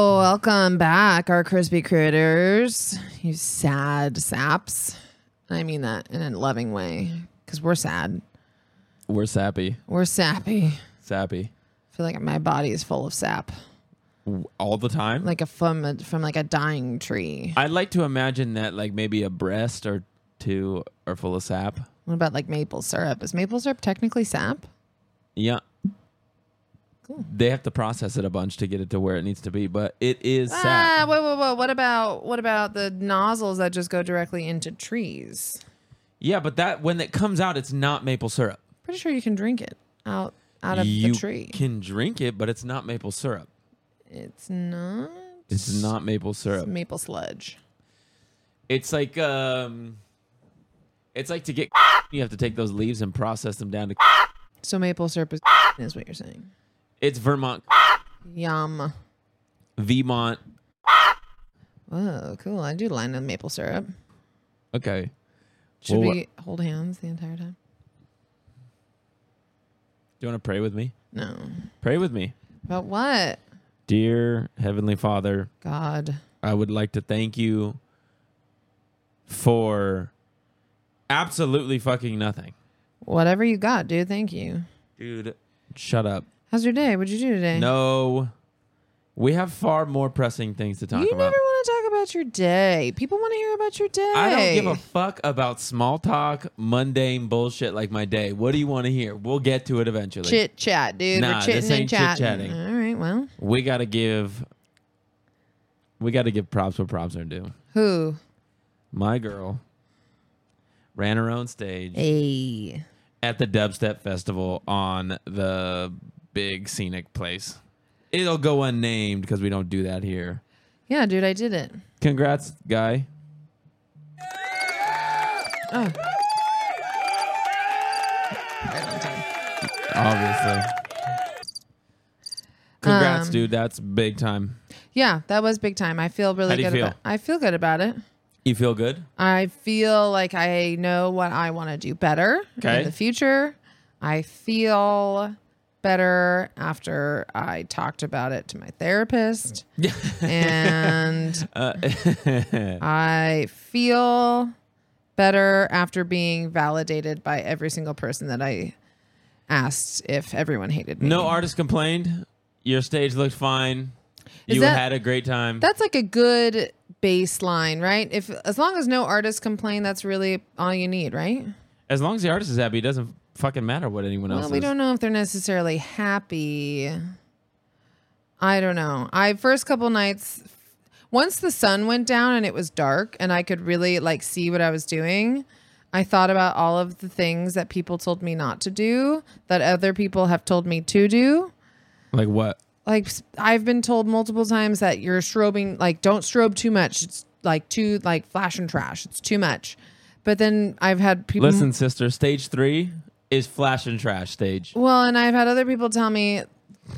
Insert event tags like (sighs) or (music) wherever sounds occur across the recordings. Welcome back, our crispy critters. You sad saps. I mean that in a loving way because we're sad. We're sappy. We're sappy. Sappy. I feel like my body is full of sap, W- All the time. like a from a, from like a dying tree. I'd like to imagine that like maybe a breast or two are full of sap. What about like maple syrup? Is maple syrup technically sap? Yeah. They have to process it a bunch to get it to where it needs to be, but it is Ah, sap. whoa, whoa, whoa! What about what about the nozzles that just go directly into trees? Yeah, but that when it comes out, it's not maple syrup. Pretty sure you can drink it out out of you the tree. can drink it, but it's not maple syrup. It's not It's not maple it's syrup. maple sludge. It's like um, it's like to get you have to take those leaves and process them down to. So maple syrup is, is what you're saying. It's Vermont, Yum. Vermont. Whoa, Oh, cool. I do line up maple syrup. Okay, Should Well, we hold hands the entire time? do you want to pray with me? No. Pray with me, But what? dear Heavenly Father. God. I would like to thank you for absolutely fucking nothing. Whatever you got, dude. Thank you. Dude, shut up. How's your day? What'd you do today? No. We have far more pressing things to talk You about. never want to talk about your day. People want to hear about your day. I don't give a fuck about small talk, mundane bullshit like my day. What do you want to hear? We'll get to it eventually. chit chat, dude. Nah, We're this chitting and ain't chatting. chit-chatting. All right, well. We got to give We got to give props where props are due. Who? My girl ran her own stage. A. at the dubstep festival on the big scenic place. It'll go unnamed because we don't do that here. Yeah, dude, I did it. Congrats, guy. Oh. Obviously. Congrats, Um, dude. That's big time. Yeah, that was big time. I feel really How do you good about feel? I feel good about it. You feel (laughs) good? I feel like I know what I want to do better Okay. in the future. I feel better after I talked about it to my (laughs) therapist. and Uh, (laughs) I feel better after being validated by every single person that I asked if everyone hated me. no artist complained. Your stage looked fine. Is you that- had a great time. that's like a good baseline, right? If as long as no artists complain, that's really all you need, right? as long as the artist is happy, it doesn't fucking matter what anyone else Well, we is. don't know if they're necessarily happy. I don't know. I first couple nights once the sun went down and it was dark and I could really like see what I was doing, I thought about all of the things that people told me not to do that other people have told me to do. like what? Like s- I've been told multiple times that you're strobing like don't strobe too much. It's like too like flash and trash. It's too much. But then I've had people Listen, sister, stage three is flash and trash stage. Well, and I've had other people tell me,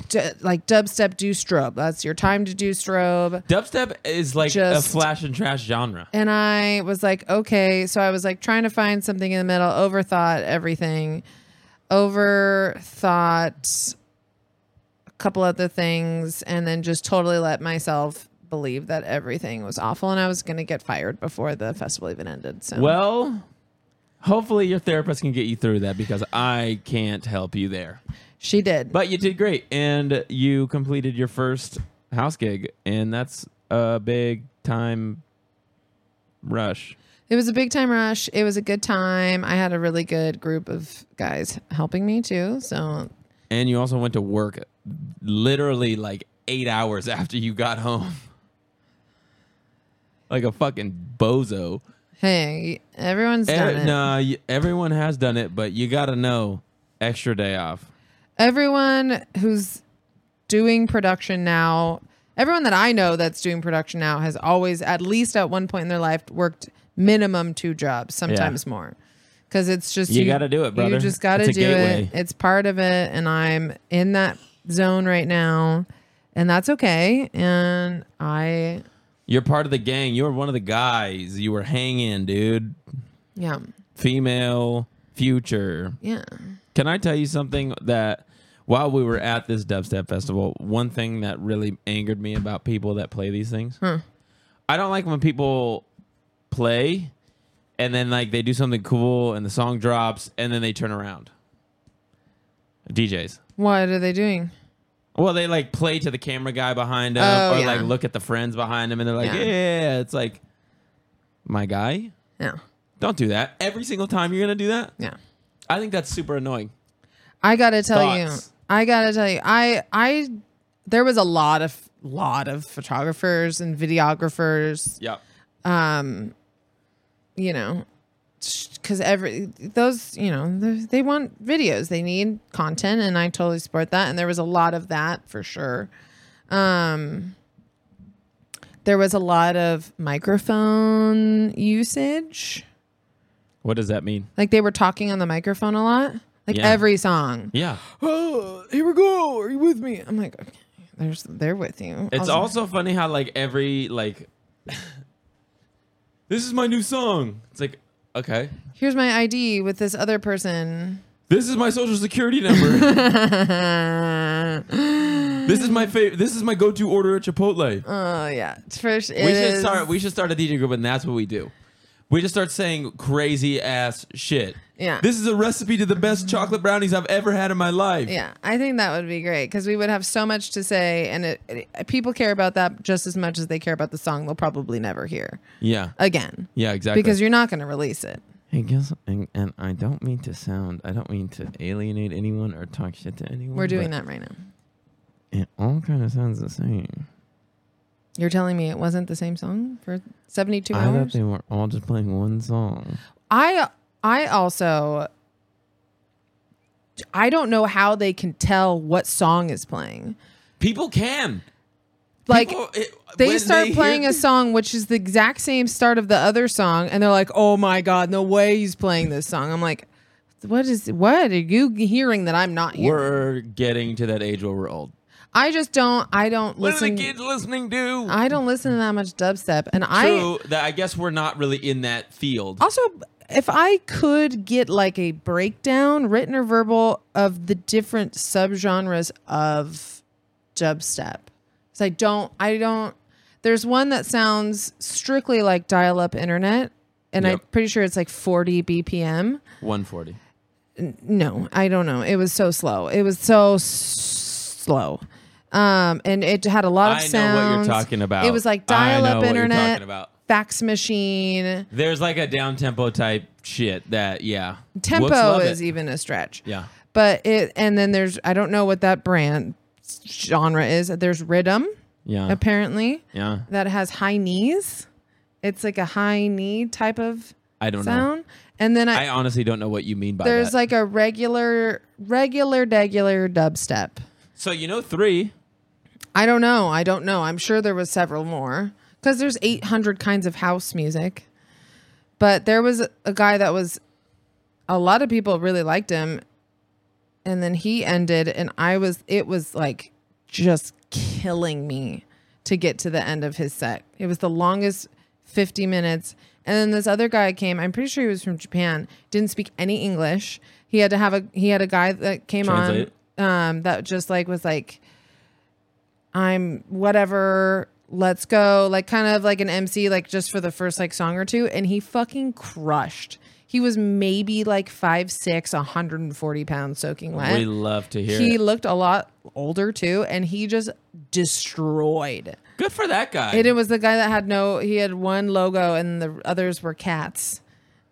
d- like dubstep, do strobe. That's your time to do strobe. Dubstep is like Just- a flash and trash genre. And I was like, okay. So I was like trying to find something in the middle, overthought everything, overthought a couple other things, and then just totally let myself believe that everything was awful and I was going to get fired before the festival even ended. So, Well, hopefully your therapist can get you through that because I can't help you there. she did. But you did great and you completed your first house gig and that's a big time rush. It was a big time rush. It was a good time. I had a really good group of guys helping me too. So And you also went to work literally like 8 hours (laughs) after you got home. Like a fucking bozo. hey, everyone's done Every, it. nah, y- everyone has done it, but you got to know extra day off. Everyone who's doing production now, everyone that I know that's doing production now has always, at least at one point in their life, worked minimum two jobs, sometimes more. Because it's just You gotta do it, brother. You just got to It's a do gateway. it. It's part of it, and I'm in that zone right now, and that's okay. And I, You're part of the gang. You were one of the guys. You were hanging, dude. yeah, Female future. yeah. Can I tell you something that while we were at this dubstep festival, one thing that really angered me about people that play these things, Hmm. I don't like when people play and then like they do something cool and the song drops and then they turn around. DJs. What are they doing? Well, they like play to the camera guy behind them, Oh, or yeah. like look at the friends behind them, and they're like, Yeah. yeah. It's like, my guy, Yeah. don't do that. Every single time you're gonna do that, Yeah. I think that's super annoying. I gotta tell Thoughts? you, I gotta tell you, I I there was a lot of lot of photographers and videographers, Yeah, um, you know, because every those you know they- they want videos, they need content, and I totally support that. And there was a lot of that for sure. Um, there was a lot of microphone usage, what does that mean? like they were talking on the microphone a lot, like Yeah. every song. Yeah, oh, here we go. Are you with me? I'm like, okay, there's they're with you. it's also funny how like every like, (laughs) this is my new song. It's like, okay, here's my ID with this other person. this is my social security (laughs) number. oh this is my favorite. This is my go-to order at Chipotle. Uh, yeah, it's first. we should start. We should start a DJ group, and that's what we do. We just start saying crazy ass shit. yeah, This is a recipe to the best chocolate brownies I've ever had in my life. yeah. I think that would be great because we would have so much to say, and it, it- people care about that just as much as they care about the song they'll probably never hear Yeah, again yeah, exactly. because you're not going to release it. hey, guess, and, and I don't mean to sound, I don't mean to alienate anyone or talk shit to anyone. We're doing that right now. It all kind of sounds the same. You're telling me it wasn't the same song for 72 I thought hours? they were all just playing one song. I I also I don't know how they can tell what song is playing. People can Like People- it- they when start hear- playing a song which is the exact same start of the other song and they're like, "Oh my god, no way he's playing this song." I'm like, "What is what are you hearing that I'm not hearing?" (laughs) We're getting to that age where we're old. I just don't I don't What are the listen kids listening to? I don't listen to that much dubstep and I True, that I guess we're not really in that field. Also, if I could get like a breakdown, written or verbal, of the different subgenres of dubstep, because I don't, I don't. There's one that sounds strictly like dial-up internet, and I'm Yep. pretty sure it's like 40 BPM. 140. No, I don't know. It was so slow. It was so s- slow. Um, and it had a lot of I know sounds. what you're talking about. It was like I know dial-up what you're internet, talking about. fax machine. There's like a down tempo type shit that yeah. Whoops, Tempo love is e- it. even a stretch. yeah. but it and then there's I don't know what that brand genre is. There's rhythm Yeah. apparently Yeah. that has high knees. It's like a high knee type of I don't know. sound, and then I, I honestly don't know what you mean by there's that. like a regular, regular, regular dubstep. so you know 3. I don't know. I don't know. I'm sure there was several more because there's 800 kinds of house music. But there was a guy that was a lot of people really liked him and then he ended and I was it was like just killing me to get to the end of his set. It was the longest 50 minutes. And then this other guy came, I'm pretty sure he was from Japan, didn't speak any English. He had to have a he had a guy that came Translate. on um that just like was like I'm whatever, let's go, like kind of like an MC, like just for the first like song or two. And he fucking crushed. He was maybe like five, six, 140 pounds soaking We wet. love to hear He it. looked a lot older too, and he just destroyed. Good for that guy. And it was the guy that had no, he had one logo and the others were cats.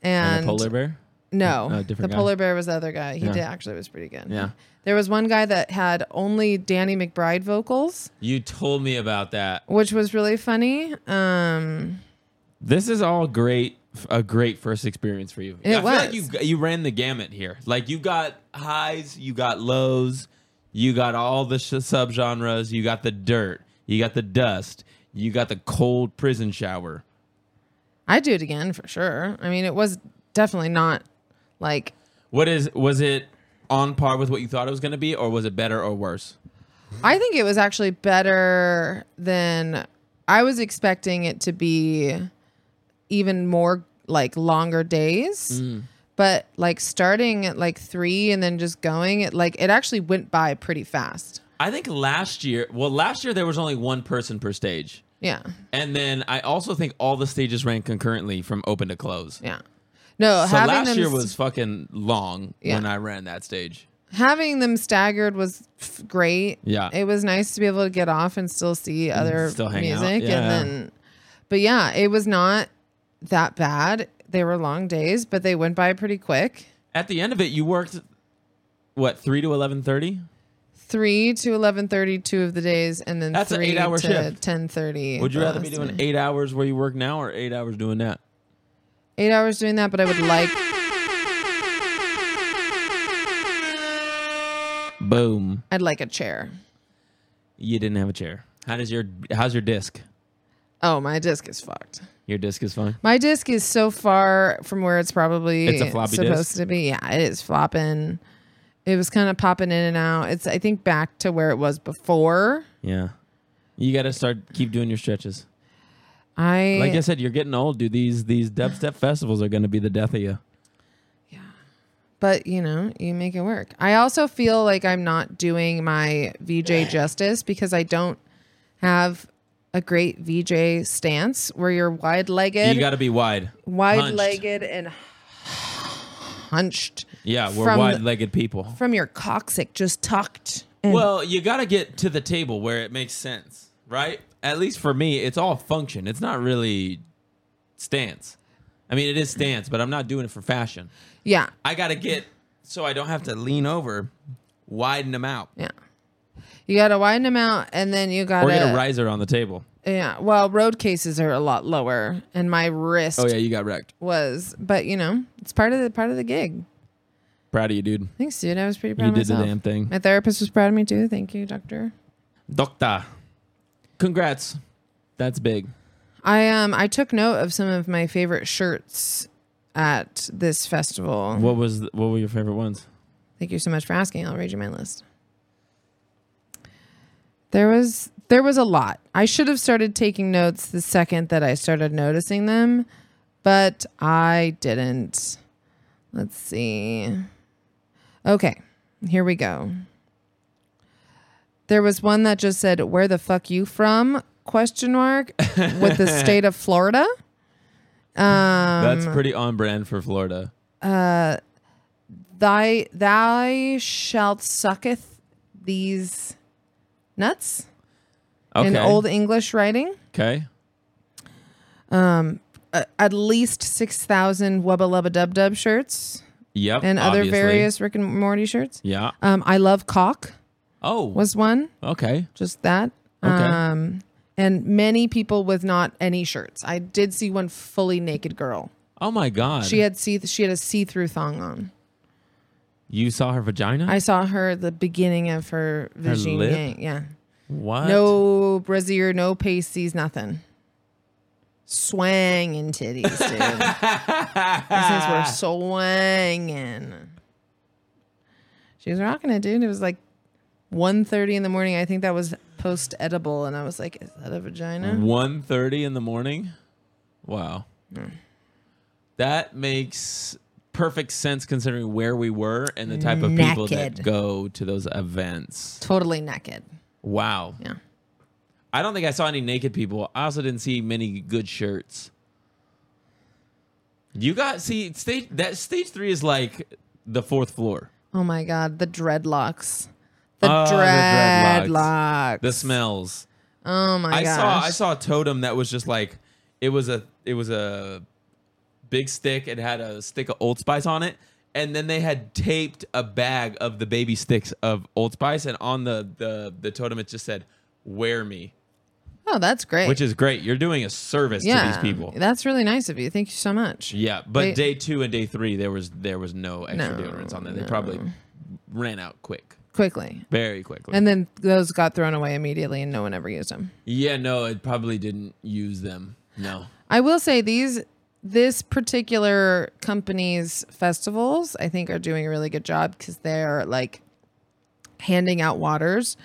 And, And a polar bear? no, Oh, the different guy. polar bear was the other guy. He Yeah. did actually was pretty good. Yeah. There was one guy that had only Danny McBride vocals You told me about that. which was really funny. Um, This is all great a great first experience for you. It I was. feel like you you ran the gamut here. Like you got highs, you got lows, you got all the sh- subgenres, you got the dirt, you got the dust, you got the cold prison shower. I'd do it again for sure. I mean, it was definitely not like What is was it on par with what you thought it was going to be, or was it better or worse? I think it was actually better than I was Mm. expecting it to be even more like longer days. But like starting at like three and then just going, it like it actually went by pretty fast. I think last year, well, last year there was only one person per stage. Yeah. And then I also think all the stages ran concurrently from open to close. Yeah. No, So having last them year s- was fucking long Yeah. when I ran that stage. having them staggered was f- great. Yeah. It was nice to be able to get off and still see other still hang out. music Yeah. and then but yeah, it was not that bad. They were long days, but they went by pretty quick. At the end of it, you worked what three to eleven thirty? 3 to 11:30 two of the days and then That's an 3 eight-hour to shift. 10:30. Would you the rather be last doing day. eight hours where you work now or eight hours doing that? 8 hours doing that, but I would like Boom! I'd like a chair. You didn't have a chair. How does your how's your disc? Oh, my disc is fucked. Your disc is fine. My disc is so far from where it's probably It's a floppy supposed disk? to be. Yeah, it is flopping. It was kind of popping in and out. It's I think back to where it was before. Yeah. You got to start keep doing your stretches. I Like I said, you're getting old, dude. These these dubstep festivals are going to be the death of you. but you know, you make it work. I also feel like I'm not doing my VJ justice because I don't have a great VJ stance where you're wide you legged, got to be wide. wide legged and (sighs) hunched Yeah, we're from the- wide-legged people. from your coccyx just tucked. And Well, you got to get to the table where it makes sense, right? At least for me, it's all function. It's not really stance. I mean, it is stance, but I'm not doing it for fashion. yeah. I got to get so I don't have to lean over, widen them out, Yeah. You got to widen them out and then you got or get a to. riser on the table. Yeah. Well, road cases are a lot lower and my wrist Oh yeah, you got wrecked. was, but you know, it's part of the part of the gig. Proud of you, dude. Thanks, dude. I was pretty proud You of did the myself. damn thing, My therapist was proud of me too. Thank you, doctor. doctor. Congrats. That's big. I um I took note of some of my favorite shirts at this festival. What was th- what were your favorite ones? Thank you so much for asking. I'll read you my list. There was there was a lot. I should have started taking notes the second that I started noticing them, but I didn't. Let's see. Okay, here we go. There was one that just said, "Where the fuck you from?" question mark with the state of Florida. That's Um, pretty on brand for Florida. Thy thou shalt sucketh these nuts. Okay. in old English writing. okay. Uh, at least 6,000 Wubba Lubba Dub Dub shirts Yep. and other obviously. various Rick and Morty shirts. Yeah. Um, I Love Cock Oh. was one, okay. just that. Okay. Um, and many people with not any shirts. I did see one fully naked girl. Oh my god. She had see she had a see through thong on. you saw her vagina? I saw her at the beginning of her vagina. lip? Yeah, what? no brassiere, no pasties, nothing. Swanging titties, dude. (laughs) These things were swinging. She was rocking it, dude. It was like 1.30 in the morning. I think that was post edible, and I was like, "Is that a Mm. vagina?" 1:30 in the morning? Wow. That makes perfect sense considering where we were and the type of people that Naked. go to those events. Totally naked. Wow. Yeah. I don't think I saw any naked people. I also didn't see many good shirts. You got see stage that stage 3 is like the fourth floor. Oh my god, the dreadlocks. The Oh, the dreadlocks. dreadlocks. The smells. oh my I gosh. saw I saw a totem that was just like it was a it was a big stick. It had a stick of Old Spice on it, and then they had taped a bag of the baby sticks of Old Spice, and on the the the totem it just said "Wear me," oh, that's great. which is great. You're doing a service yeah, to these people. That's really nice of you. Thank you so much. Yeah, but They- day two and day three there was there was no extra No, deodorants on there. They probably ran out quick, Quickly. very quickly. And then those got thrown away immediately, and no one ever used them. yeah, no, it probably didn't use them. No. I will say these this particular company's festivals I think are doing a really good job because they're like handing out waters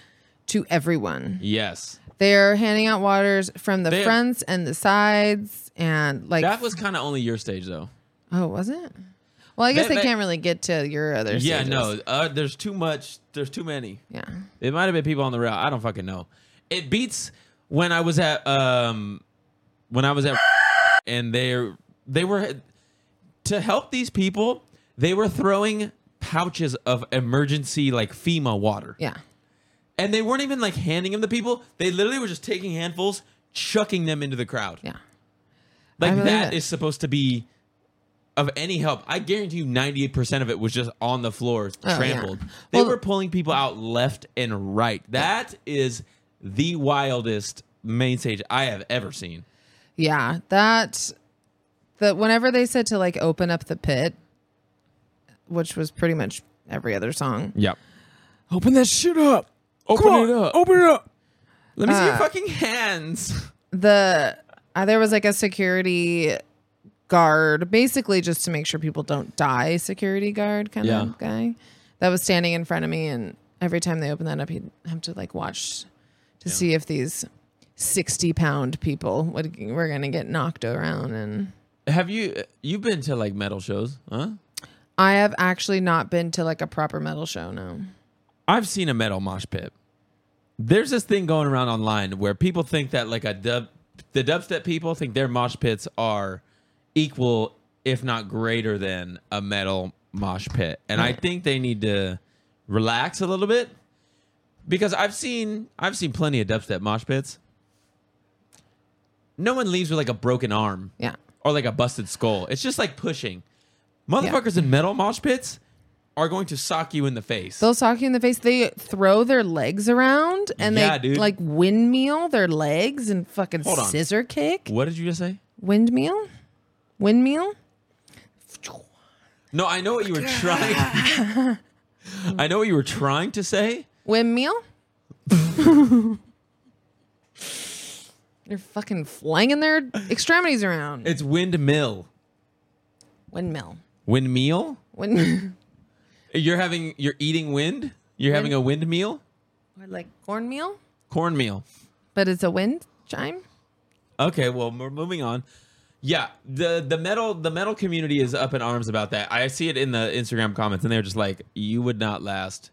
to everyone. Yes. They're handing out waters from the They- fronts and the sides and like That was kind of only your stage though. oh was it? Well, I guess They- they- they, can't really get to your other. Yeah, stages. no. Uh, there's too much. There's too many. Yeah. It might have been people on the route. I don't fucking know. It beats when I was at um when I was at (laughs) and they they were to help these people, they were throwing pouches of emergency like FEMA water. Yeah. And they weren't even like handing them to people. They literally were just taking handfuls, chucking them into the crowd. Yeah. I Like believe that it. is supposed to be of any help. I guarantee you 98% of it was just on the floor Oh, yeah. trampled. They Well- were pulling people out left and right. That is the wildest main stage I have ever seen. Yeah. That that whenever they said to like open up the pit, which was pretty much every other song. Yep. Open that shit up. Open Come on, it up. Open it up. Let me see Ah. your fucking hands. The uh, there was like a security guard, basically just to make sure people don't die. Security guard kind Yeah. of guy that was standing in front of me, and every time they opened that up, he'd have to like watch to see if these sixty pound people would were gonna get knocked around and. Have you you've been to like metal shows, huh? I have actually not been to like a proper metal show. No. I've seen a metal mosh pit. There's this thing going around online where people think that like a dub, the dubstep people think their mosh pits are equal, if not greater than a metal mosh pit, and I think they need to relax a little bit because I've seen I've seen plenty of dubstep mosh pits. No one leaves with like a broken arm Yeah. or like a busted skull. It's just like pushing. Motherfuckers in metal mosh pits are going to sock you in the face. They'll sock you in the face. They throw their legs around and Yeah, they dude. like windmill their legs and fucking Hold on. scissor kick. What did you just say? Windmill? Windmill? No, I know what you were trying. I know what you were trying to say. Windmill? (laughs) They're fucking flinging their extremities around. It's windmill. Windmill. Windmill? Wind- (laughs) You're having you're eating wind? You're having a windmill? or like cornmeal, Cornmeal. but it's a wind chime. Okay, well, we're moving on. Yeah, the the metal the metal community is up in arms about that. I see it in the Instagram comments and they're just like you would not last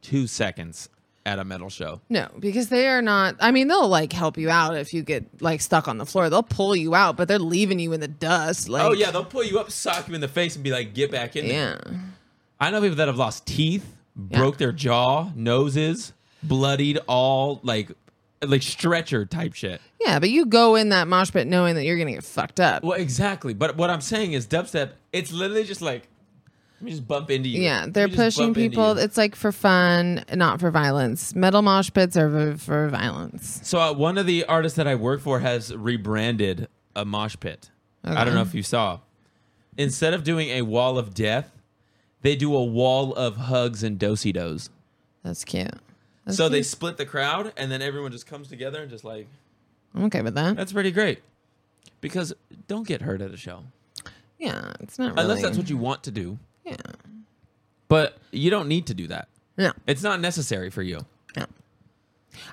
2 seconds at a metal show. No, because they are not. I mean, they'll like help you out if you get like stuck on the floor. They'll pull you out, but they're leaving you in the dust. Like, Oh yeah, they'll pull you up, sock you in the face and be like get back in there. yeah. I know people that have lost teeth, broke their jaw, noses, bloodied all like like stretcher type shit. Yeah, but you go in that mosh pit knowing that you're gonna get fucked up. Well, exactly. But what I'm saying is dubstep, it's literally just like let me just bump into you. yeah, Let me they're just pushing bump into people. you. It's like for fun, not for violence. Metal mosh pits are for, for violence. So uh, one of the artists that I work for has rebranded a mosh pit. I don't know if you saw. Instead of doing a wall of death, they do a wall of hugs and dosidos. That's cute. That's So they cute. split the crowd, and then everyone just comes together and just like I'm okay with that. That's pretty great. Because don't get hurt at a show. Yeah, it's not really. Unless that's what you want to do. Yeah. But you don't need to do that. No. It's not necessary for you. Yeah.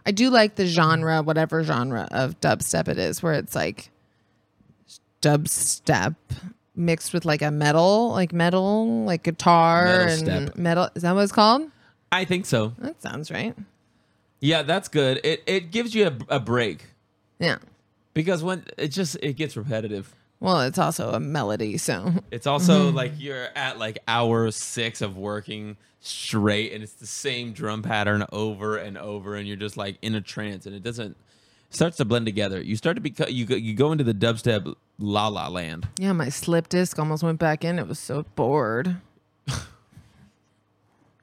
I do like the genre, whatever genre of dubstep it is, where it's like dubstep mixed with like a metal, like metal, like guitar Metal and step. metal. Is that what it's called? I think so. That sounds right. Yeah, that's good. It it gives you a, a break Yeah. because when it just it gets repetitive. Well, it's also a melody, so (laughs) It's also like you're at like hour 6 of working straight and it's the same drum pattern over and over and you're just like in a trance and it doesn't starts to blend together. You start to become you go, you go into the dubstep la la land. yeah, my slip disc almost went back in. It was so bored. (laughs)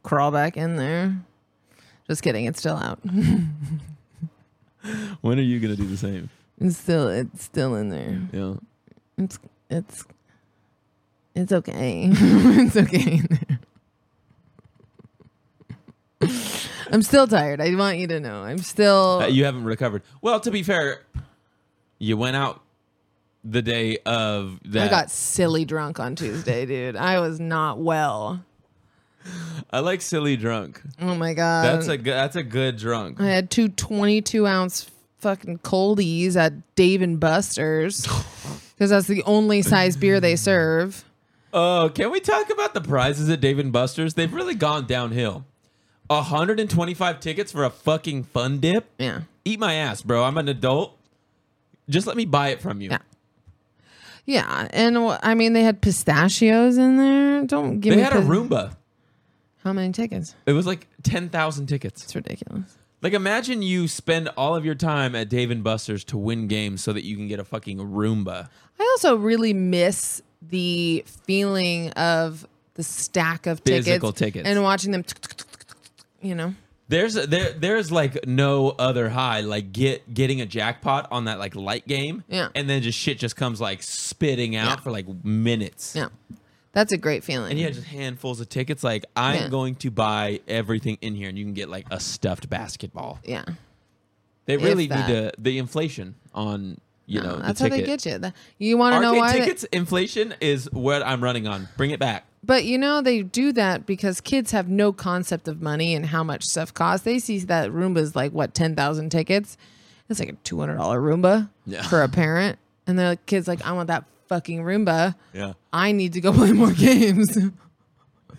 Crawl back in there. Just kidding, it's still out. When are you going to do the same? It's still it's still in there. Yeah. It's it's it's okay. (laughs) it's okay. (laughs) I'm still tired. I want you to know. I'm still Uh, you haven't recovered. Well, to be fair, you went out the day of that. I got silly drunk on Tuesday, dude. I was not well. I like silly drunk. Oh my god. That's a good, that's a good drunk. I had two 22 ounce (laughs) fucking coldies at Dave and Buster's because that's the only size beer they serve. Oh, can we talk about the prizes at Dave and Buster's? They've really gone downhill. 125 tickets for a fucking fun dip? Yeah. Eat my ass, bro. I'm an adult. Just let me buy it from you. Yeah. Yeah, and wh- I mean they had pistachios in there. Don't give They me had a pis- Roomba. How many tickets? It was like 10,000 tickets. It's ridiculous. Like imagine you spend all of your time at Dave and Buster's to win games so that you can get a fucking Roomba. I also really miss the feeling of the stack of tickets, Physical tickets. and watching them. You know, There's there there's like no other high like get getting a jackpot on that like light game. Yeah. And then just shit just comes like spitting out Yeah. for like minutes. yeah, that's a great feeling. And he had just handfuls of tickets. Like, I'm Yeah. going to buy everything in here, and you can get like a stuffed basketball. yeah. They really need that. to the inflation on you know No, that's the how ticket. they get you. Th- You want to know Arcade why? they- tickets inflation is what I'm running on. Bring it back. but you know they do that because kids have no concept of money and how much stuff costs. They see that Roomba's like what ten thousand tickets. It's like a two hundred dollar Roomba Yeah. for a parent, and the kids like, I want that fucking Roomba. Yeah, I need to go (laughs) play more games.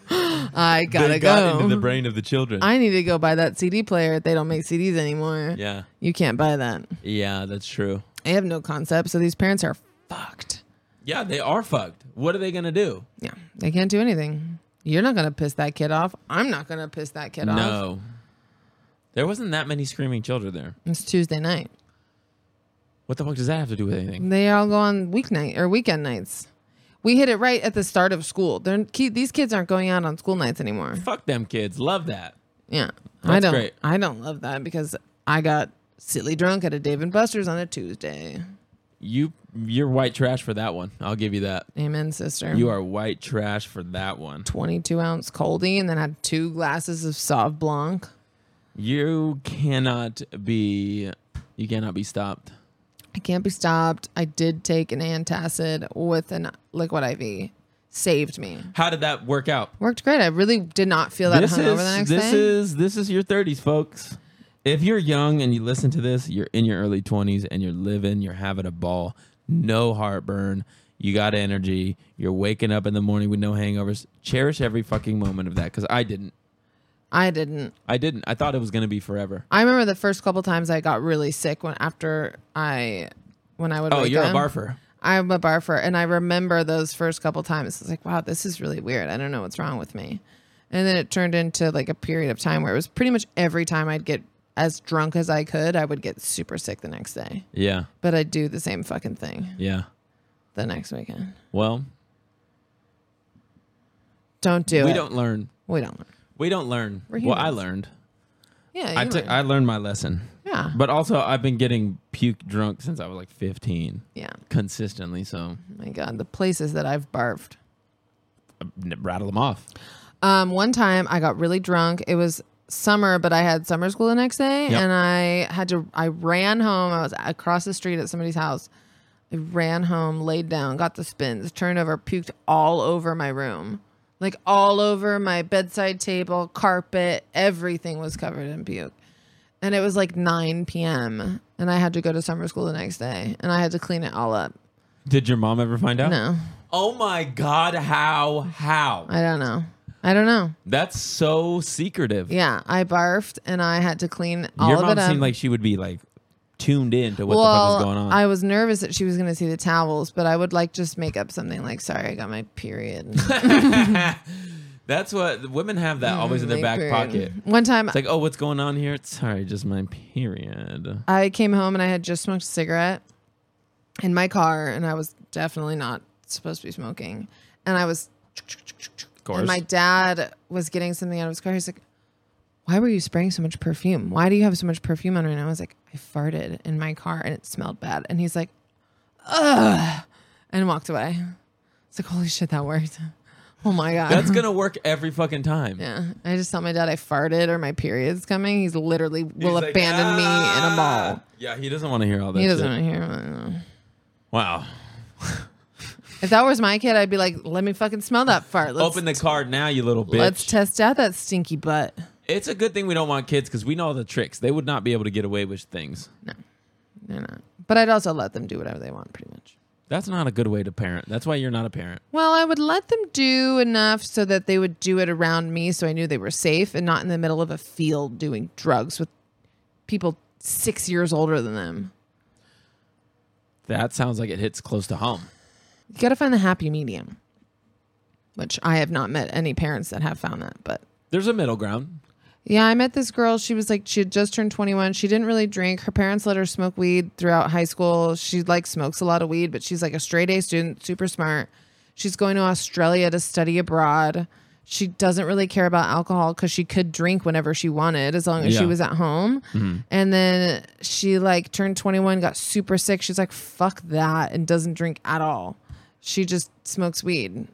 I gotta they got go. into the brain of the children. I need to go buy that CD player. They don't make CDs anymore. yeah, You can't buy that. yeah, that's true. I have no concept. So these parents are fucked. Yeah, they are fucked. What are they gonna do? Yeah. They can't do anything. You're not going to piss that kid off. I'm not going to piss that kid off. No, there wasn't that many screaming children there. It's Tuesday night. What the fuck does that have to do with anything? They all go on weeknight or weekend nights. We hit it right at the start of school. They're, ki- these kids aren't going out on school nights anymore. Fuck them kids. Love that. Yeah. I That's don't great. I don't love that because I got silly drunk at a Dave and Buster's on a Tuesday. You you're white trash for that one. I'll give you that. Amen, sister. You are white trash for that one. 22 ounce coldy and then had two glasses of Sauv Blanc. You cannot be you cannot be stopped. I can't be stopped. I did take an antacid with an liquid IV. Saved me. How did that work out? Worked great. I really did not feel that this hungover is the next this day. is this is your 30s, folks. If you're young and you listen to this, you're in your early 20s and you're living, you're having a ball. No heartburn. You got energy. You're waking up in the morning with no hangovers. Cherish every fucking moment of that cuz I didn't. I didn't. I didn't. I thought it was going to be forever. I remember the first couple times I got really sick when after I when I would Oh, wake you're a up. barfer. I'm a barfer, and I remember those first couple times. It's like, wow, this is really weird. I don't know what's wrong with me. And then it turned into like a period of time where it was pretty much every time I'd get as drunk as I could, I would get super sick the next day. Yeah. But I'd do the same fucking thing Yeah. the next weekend. Well, Don't do we it. don't learn. We don't. We don't learn. We're Well, I humans. learned. Yeah. I you took. were- I learned my lesson. yeah. But also, I've been getting puke drunk since I was like 15, Yeah. consistently. So My God, the places that I've barfed. n- rattle them off. Um, one time I got really drunk. It was summer, but I had summer school the next day, Yep. and I had to. I ran home. I was across the street at somebody's house. I ran home, laid down, got the spins, turned over, puked all over my room, like all over my bedside table, carpet. Everything was covered in puke. And it was like 9 p.m. and I had to go to summer school the next day, and I had to clean it all up. Did your mom ever find out? No, Oh my God! How? How? I don't know. I don't know. That's so secretive. Yeah, I barfed and I had to clean all your of mom it up. seemed like she would be like tuned in to what the well, fuck was going on. I was nervous that she was going to see the towels, but I would like just make up something like, "Sorry, I got my (laughs) period." That's what women have that always in their My back period. pocket. It's One time, like, oh, what's going on here? Sorry, just my period. I came home and I had just smoked a cigarette in my car, and I was definitely not supposed to be smoking, and I was. Of course. And my dad was getting something out of his car. He's like, "Why were you spraying so much perfume? Why do you have so much perfume on right now?" I was like, "I farted in my car and it smelled bad." And he's like, "Ugh," and walked away. It's like, "Holy shit, that worked! (laughs) Oh my god!" (laughs) That's gonna work every fucking time. (laughs) yeah, I just tell my dad I farted or my period's coming. He's literally will He's like, abandon me in a "Ah!" mall. Yeah, he doesn't want to hear all that. He Shit. doesn't hear. me. Wow. If that was my kid, I'd be like, "Let me fucking smell that fart. Let's, Open the card now, you little bitch. let's test out that stinky butt." it's a good thing we don't want kids because we know the tricks. They would not be able to get away with things. No, they're not. But I'd also let them do whatever they want, pretty much. That's not a good way to parent. That's why you're not a parent. Well, I would let them do enough so that they would do it around me so I knew they were safe and not in the middle of a field doing drugs with people six years older than them. That sounds like it hits close to home. You got to find the happy medium, which I have not met any parents that have found that. But There's a middle ground. yeah, I met this girl. She was like, she had just turned 21. She didn't really drink. Her parents let her smoke weed throughout high school. She like smokes a lot of weed, but she's like a straight A student, super smart. She's going to Australia to study abroad. She doesn't really care about alcohol because she could drink whenever she wanted as long as she Yeah. was at home. And then she like turned 21, got super sick. She's like, fuck that, and doesn't drink at all. She just smokes weed.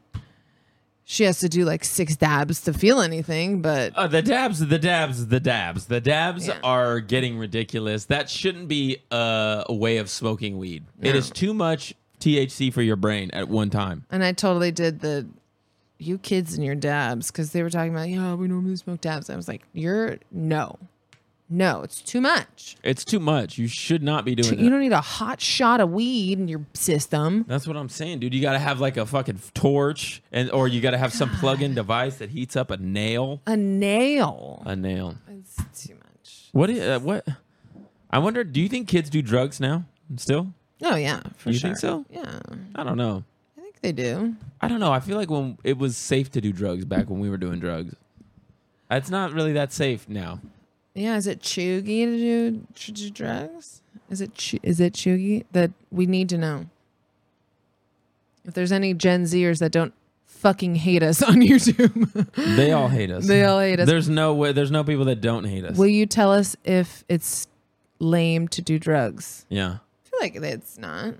She has to do like six dabs to feel anything, but Uh, the dabs, the dabs, the dabs. The dabs Yeah. are getting ridiculous. That shouldn't be uh, a way of smoking weed. It is too much THC for your brain at one time. And I totally did the you kids and your dabs because they were talking about, yeah, we normally smoke dabs. I was like, you're no, no, it's too much. It's too much. You should not be doing You that. don't need a hot shot of weed in your system. That's what I'm saying, dude. You got to have like a fucking torch, and or you got to have some plug-in device that heats up a nail. A nail. A nail. It's too much. What? Is, uh, what? I wonder. Do you think kids do drugs now? Still? Oh, yeah, for You sure. think so? Yeah, I don't know. I think they do. I don't know. I feel like when it was safe to do drugs back when we were doing drugs, it's not really that safe now. Yeah, is it chuggy to do, to do drugs? Is it chu- is it chuggy that we need to know? If there's any Gen Zers that don't fucking hate us (laughs) on YouTube, They all hate us. They all hate us. There's no way. There's no people that don't hate us. Will you tell us if it's lame to do drugs? yeah. I feel like it's not,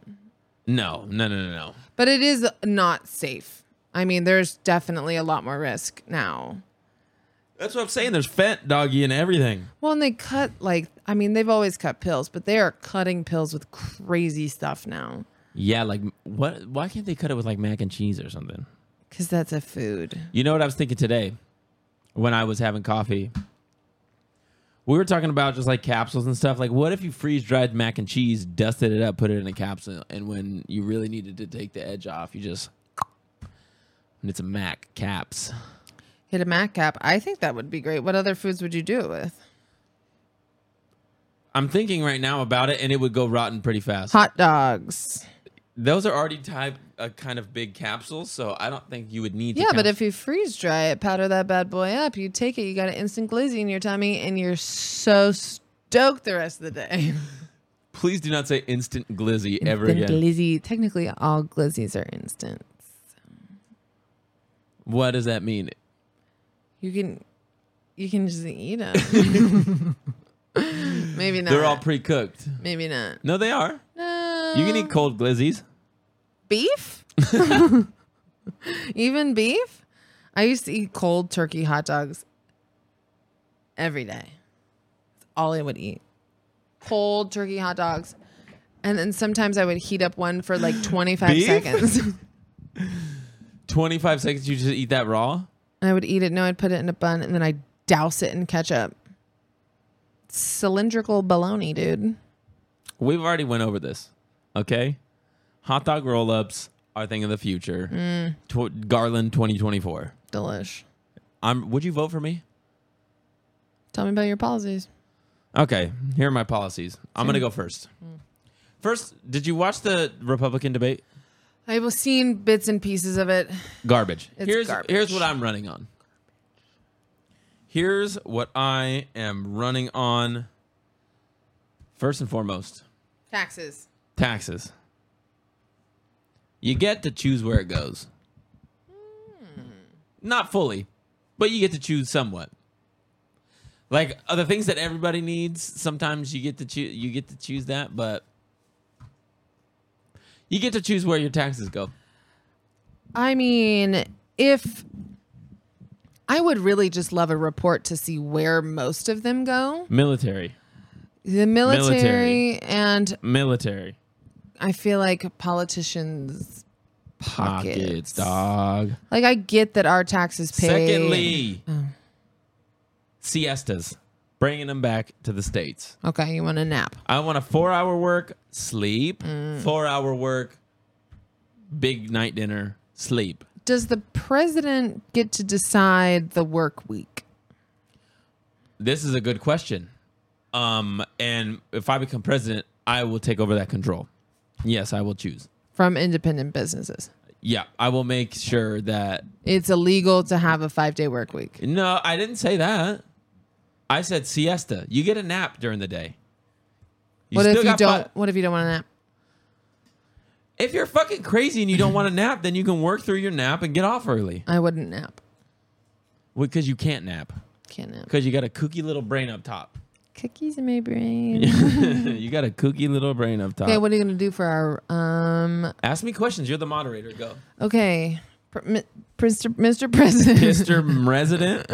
No. No. No. No. No. but it is not safe. I mean, there's definitely a lot more risk now. That's what I'm saying. There's fent doggy and everything. Well, and they cut like I mean, they've always cut pills, but they are cutting pills with crazy stuff now Yeah. Like what? Why can't they cut it with like mac and cheese or something? because that's a food. You know what I was thinking today when I was having coffee? We were talking about just like capsules and stuff. Like, what if you freeze dried mac and cheese, dusted it up, put it in a capsule, and when you really needed to take the edge off, you just. And it's a mac caps. Hit a mac cap. I think that would be great. What other foods would you do it with? I'm thinking right now about it, and it would go rotten pretty fast. Hot dogs. Those are already type uh, kind of big capsules, so I don't think you would need. Yeah, the but caps- if you freeze dry it, powder that bad boy up, you take it, you got an instant glizzy in your tummy, and you're so stoked the rest of the day. (laughs) please do not say instant glizzy ever Instant again. glizzy. Technically, all glizzies are instant. what does that mean? You can, you can just eat them. (laughs) maybe not. They're all pre-cooked. maybe not. No, they are. No. You can eat cold glizzies. beef. (laughs) Even beef. I used to eat cold turkey hot dogs every day. It's all I would eat. Cold turkey hot dogs. And then sometimes I would heat up one for like 25 Beef? seconds. (laughs) 25 seconds you just eat that raw I would eat it. No, I'd put it in a bun and then I'd douse it in ketchup. Cylindrical baloney, dude. we've already went over this okay hot dog roll-ups are a thing of the future Mm. Tw- garland 2024 Delish. i'm would you vote for me Tell me about your policies. okay here are my policies i'm gonna go first Mm. first did you watch the republican debate I was seeing bits and pieces of it. garbage. It's here's garbage. here's what I'm running on. Here's what I am running on. First and foremost, Taxes. taxes. You get to choose where it goes. Not fully, but you get to choose somewhat. Like are the things that everybody needs, sometimes you get to choose you get to choose that, but you get to choose where your taxes go. I mean, if I would really just love a report to see where most of them go. Military. The military, Military. and Military. I feel like politicians pockets. dog. Like I get that our taxes pay. Secondly, siestas, bringing them back to the states. Okay, you want a nap. Mm. I want a four-hour work, sleep, four-hour work, big night dinner, sleep. Does the president get to decide the work week? This is a good question. Um, and if I become president, I will take over that control. Yes, I will choose. from independent businesses. Yeah, I will make sure that. It's illegal to have a five day work week. No, I didn't say that. I said siesta. You get a nap during the day. You what if you got fi- don't? what if you don't want to nap? if you're fucking crazy and you don't want to nap, then you can work through your nap and get off early I wouldn't nap. because you can't nap Can't nap. because you got a kooky little brain up top. Cookies in my (laughs) brain. you got a kooky little brain up top. Okay, what are you gonna do for our um? Ask me questions. You're the moderator. (laughs) Go, Okay, Pr- Mi- Mr. Mr. (laughs) President, Mister Resident.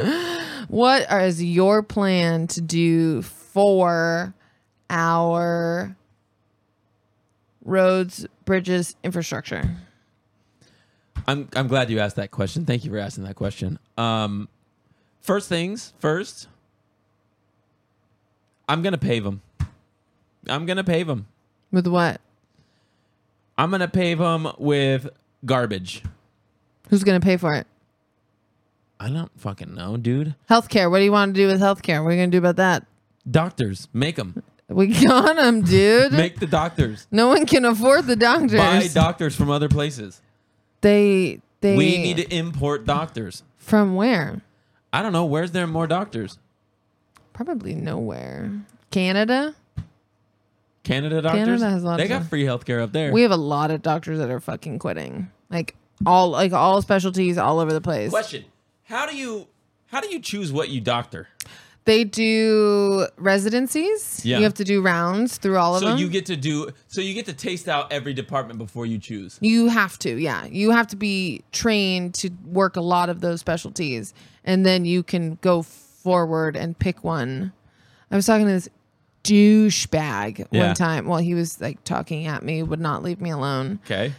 what are- is your plan to do for our roads, bridges, infrastructure? I'm I'm glad you asked that question. Thank you for asking that question. Um, first things first. I'm gonna pave them. I'm gonna pave them. With what? I'm gonna pave them with garbage. Who's gonna pay for it? I don't fucking know, dude. Healthcare. What do you want to do with healthcare? What are you gonna do about that? Doctors, make (laughs) them. We got them, dude. Make the doctors. No one can afford the doctors. Buy doctors from other places. they they We need to import doctors. from where? I don't know. Where's there more doctors? Probably nowhere. Canada. Canada doctors. Canada has lots they got of- free healthcare up there. We have a lot of doctors that are fucking quitting. Like all like all specialties all over the place. Question: How do you how do you choose what you doctor? They do residencies. Yeah. You have to do rounds through all of So them. you get to do so you get to taste out every department before you choose. You have to, yeah. You have to be trained to work a lot of those specialties, and then you can go forward and pick one. I was talking to this douchebag Yeah. one time. Well, he was like talking at me, would not leave me alone. Okay.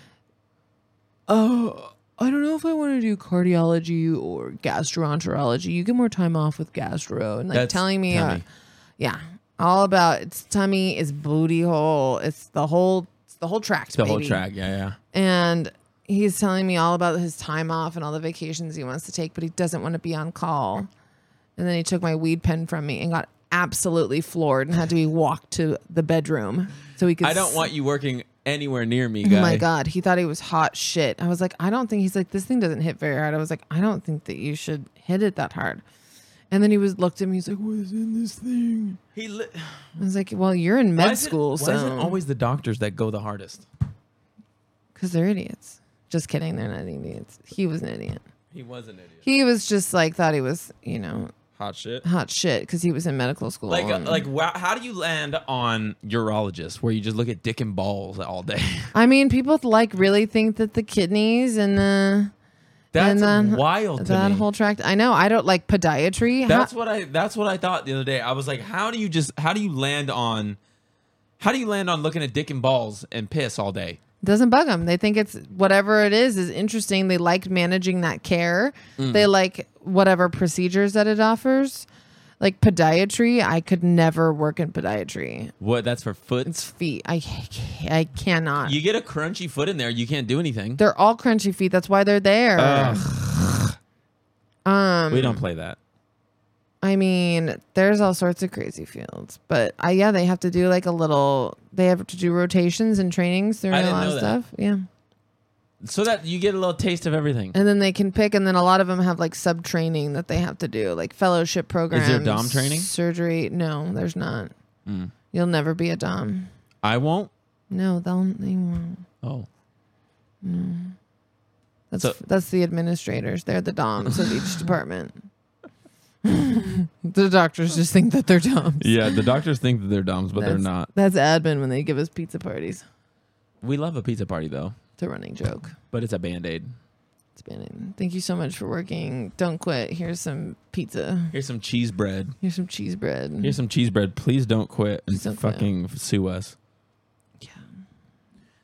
Oh, I don't know if I want to do cardiology or gastroenterology. You get more time off with gastro, and like That's telling me, uh, tummy. yeah, all about it's tummy, it's booty hole, it's the whole, it's the whole tract, The whole baby track. Yeah, yeah. and he's telling me all about his time off and all the vacations he wants to take, but he doesn't want to be on call. And then he took my weed pen from me and got absolutely floored and had to be walked to the bedroom so he could. I don't s- want you working anywhere near me, Oh guy. my god, he thought he was hot shit. I was like, I don't think he's like this thing doesn't hit very hard. I was like, I don't think that you should hit it that hard. And then he was looked at me. He's like, "What is in this thing?" He li- I was like, "Well, you're in med school, Why is it so always the doctors that go the hardest? because they're idiots." Just kidding, they're not idiots. He was an idiot. He was an idiot. he was just like thought he was you know Hot shit. hot shit because he was in medical school Like, uh, and- like, wow, how do you land on urologist where you just look at dick and balls all day? (laughs) i mean people like really think that the kidneys and the That's then wild to that me. whole tract i know i don't like podiatry How- That's what I that's what I thought the other day. I was like, how do you just how do you land on how do you land on looking at dick and balls and piss all day? doesn't bug them they think it's whatever it is is interesting they like managing that care Mm. they like whatever procedures that it offers like podiatry i could never work in podiatry What that's for it's foot. feet i i cannot You get a crunchy foot in there, you can't do anything. they're all crunchy feet that's why they're there Um, we don't play that. I mean, there's all sorts of crazy fields, but I yeah, they have to do like a little. They have to do rotations and trainings through I a didn't lot know of that. stuff. Yeah, So that you get a little taste of everything. and then they can pick, and then a lot of them have like sub training that they have to do, like fellowship programs. dom training? Hmm. Surgery? No, there's not. You'll never be a dom. I won't. No, they'll they won't. Oh. That's So- that's the administrators. They're the doms (laughs) of each department. (laughs) the doctors just think that they're doms. Yeah, the doctors think that they're dumbs, but That's- That's admin when they give us pizza parties. We love a pizza party though, It's a running joke. but it's a band-aid. It's been in. Thank you so much for working. Don't quit. Here's some pizza. Here's some cheese bread. Here's some cheese bread. Here's some cheese bread. Please don't quit and Please don't quit. fucking sue us. Yeah.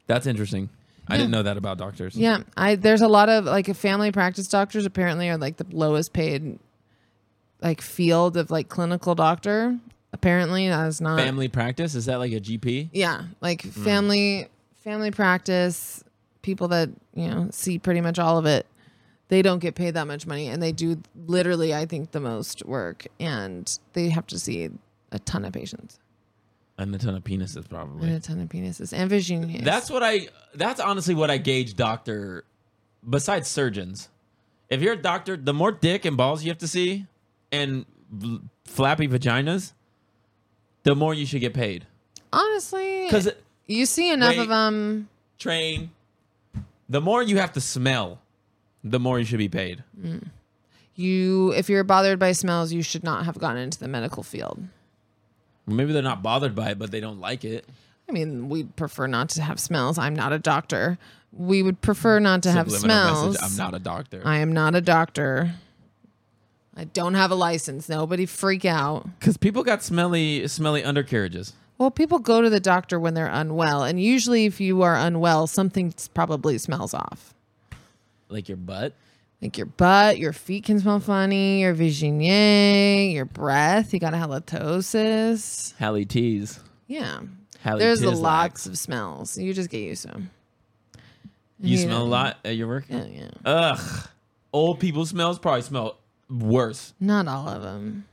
That's interesting. I Yeah. didn't know that about doctors. yeah, I there's a lot of like family practice doctors apparently are like the lowest paid like field of like clinical doctor. Apparently that is not Family practice is that like a GP? Yeah, like family family practice people that you know see pretty much all of it they don't get paid that much money and they do literally i think the most work and they have to see a ton of patients and a ton of penises and a probably. ton of penises and vaginas That's what I. That's honestly what I gauge doctor. Besides surgeons, if you're a doctor, the more dick and balls you have to see, and v- flappy vaginas, the more you should get paid. honestly Because you see enough Wait. of them train, the more you have to smell, the more you should be paid. you if you're bothered by smells you should not have gone into the medical field Maybe they're not bothered by it, but they don't like it. I mean, we'd prefer not to have smells. I'm not a doctor. We would prefer not to have Subliminal smells. Message, I'm not a doctor. I am not a doctor. I don't have a license. Nobody freak out. Because people got smelly, smelly undercarriages. Well, people go to the doctor when they're unwell, and usually, if you are unwell, something s- probably smells off. Like your butt. Like your butt, your feet can smell funny, your vaginier, your breath. You got halitosis. Hallie T's. Yeah, Hallie there's T's lots of smells. You just get used to them. You Yeah. smell a lot at your work? Yeah, yeah. Ugh. Old people smells probably smell worse. Not all of them.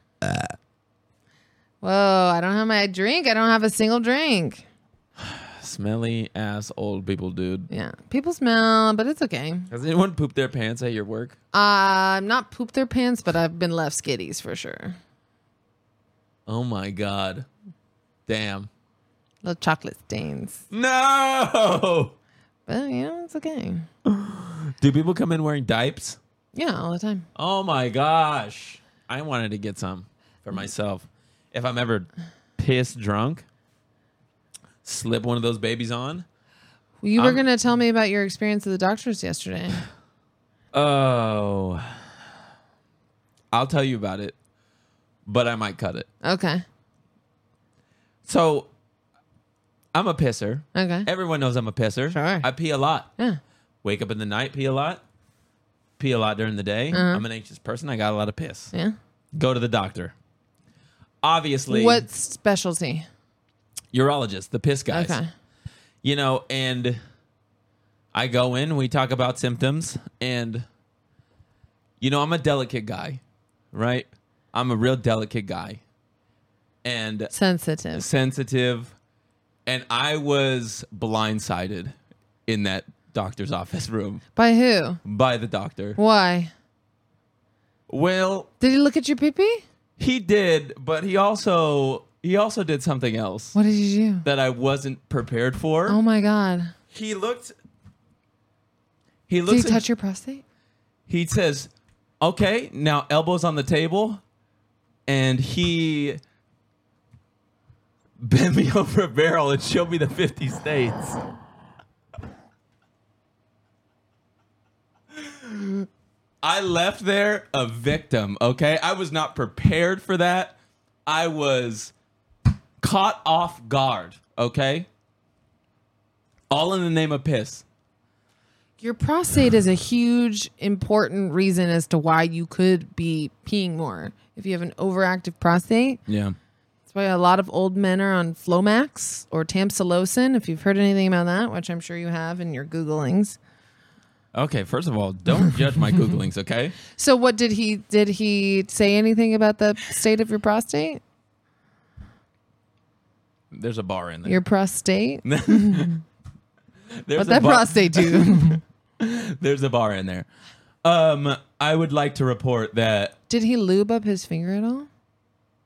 Whoa, I don't have my drink. I don't have a single drink. Smelly ass old people, dude. Yeah, people smell, but it's okay. Has anyone pooped their pants at your work? Uh, I'm not pooped their pants, but I've been left skitties for sure. Oh my god. Damn. Little chocolate stains. No. But, you know, it's okay. Do people come in wearing diapers? Yeah, all the time. Oh my gosh. I wanted to get some for myself. If I'm ever pissed drunk, slip one of those babies on. You were I'm- going to tell me about your experience at the doctor's yesterday. Oh. I'll tell you about it, but I might cut it. Okay. So I'm a pisser. Okay. Everyone knows I'm a pisser. Sure. I pee a lot. Yeah. Wake up in the night, pee a lot. Pee a lot during the day. Uh-huh. I'm an anxious person. I got a lot of piss. Yeah. Go to the doctor. Obviously, What specialty? urologist, the piss guys. Okay. You know, and I go in, we talk about symptoms, and you know, I'm a delicate guy, right? I'm a real delicate guy. And Sensitive. sensitive and i was blindsided in that doctor's office room By who? by the doctor Why? well Did he look at your pee pee? he did but he also he also did something else What did you do? that i wasn't prepared for Oh my God. he looked he Did looks he at- touch your prostate? he says okay now elbows on the table and he (laughs) bent me over a barrel and showed me the 50 states I left there a victim, okay? I was not prepared for that. I was caught off guard, okay? All in the name of piss. Your prostate is a huge, important reason as to why you could be peeing more. If you have an overactive prostate, Yeah. that's why a lot of old men are on Flomax or Tamsulosin. If you've heard anything about that, which I'm sure you have in your Googlings. Okay, first of all, don't judge my Googlings, okay? So, what did he did he say anything about the state of your prostate? There's a bar in there. Your prostate? there's, What a that bar, (laughs) prostate do? there's a bar in there. Um, I would like to report that. did he lube up his finger at all?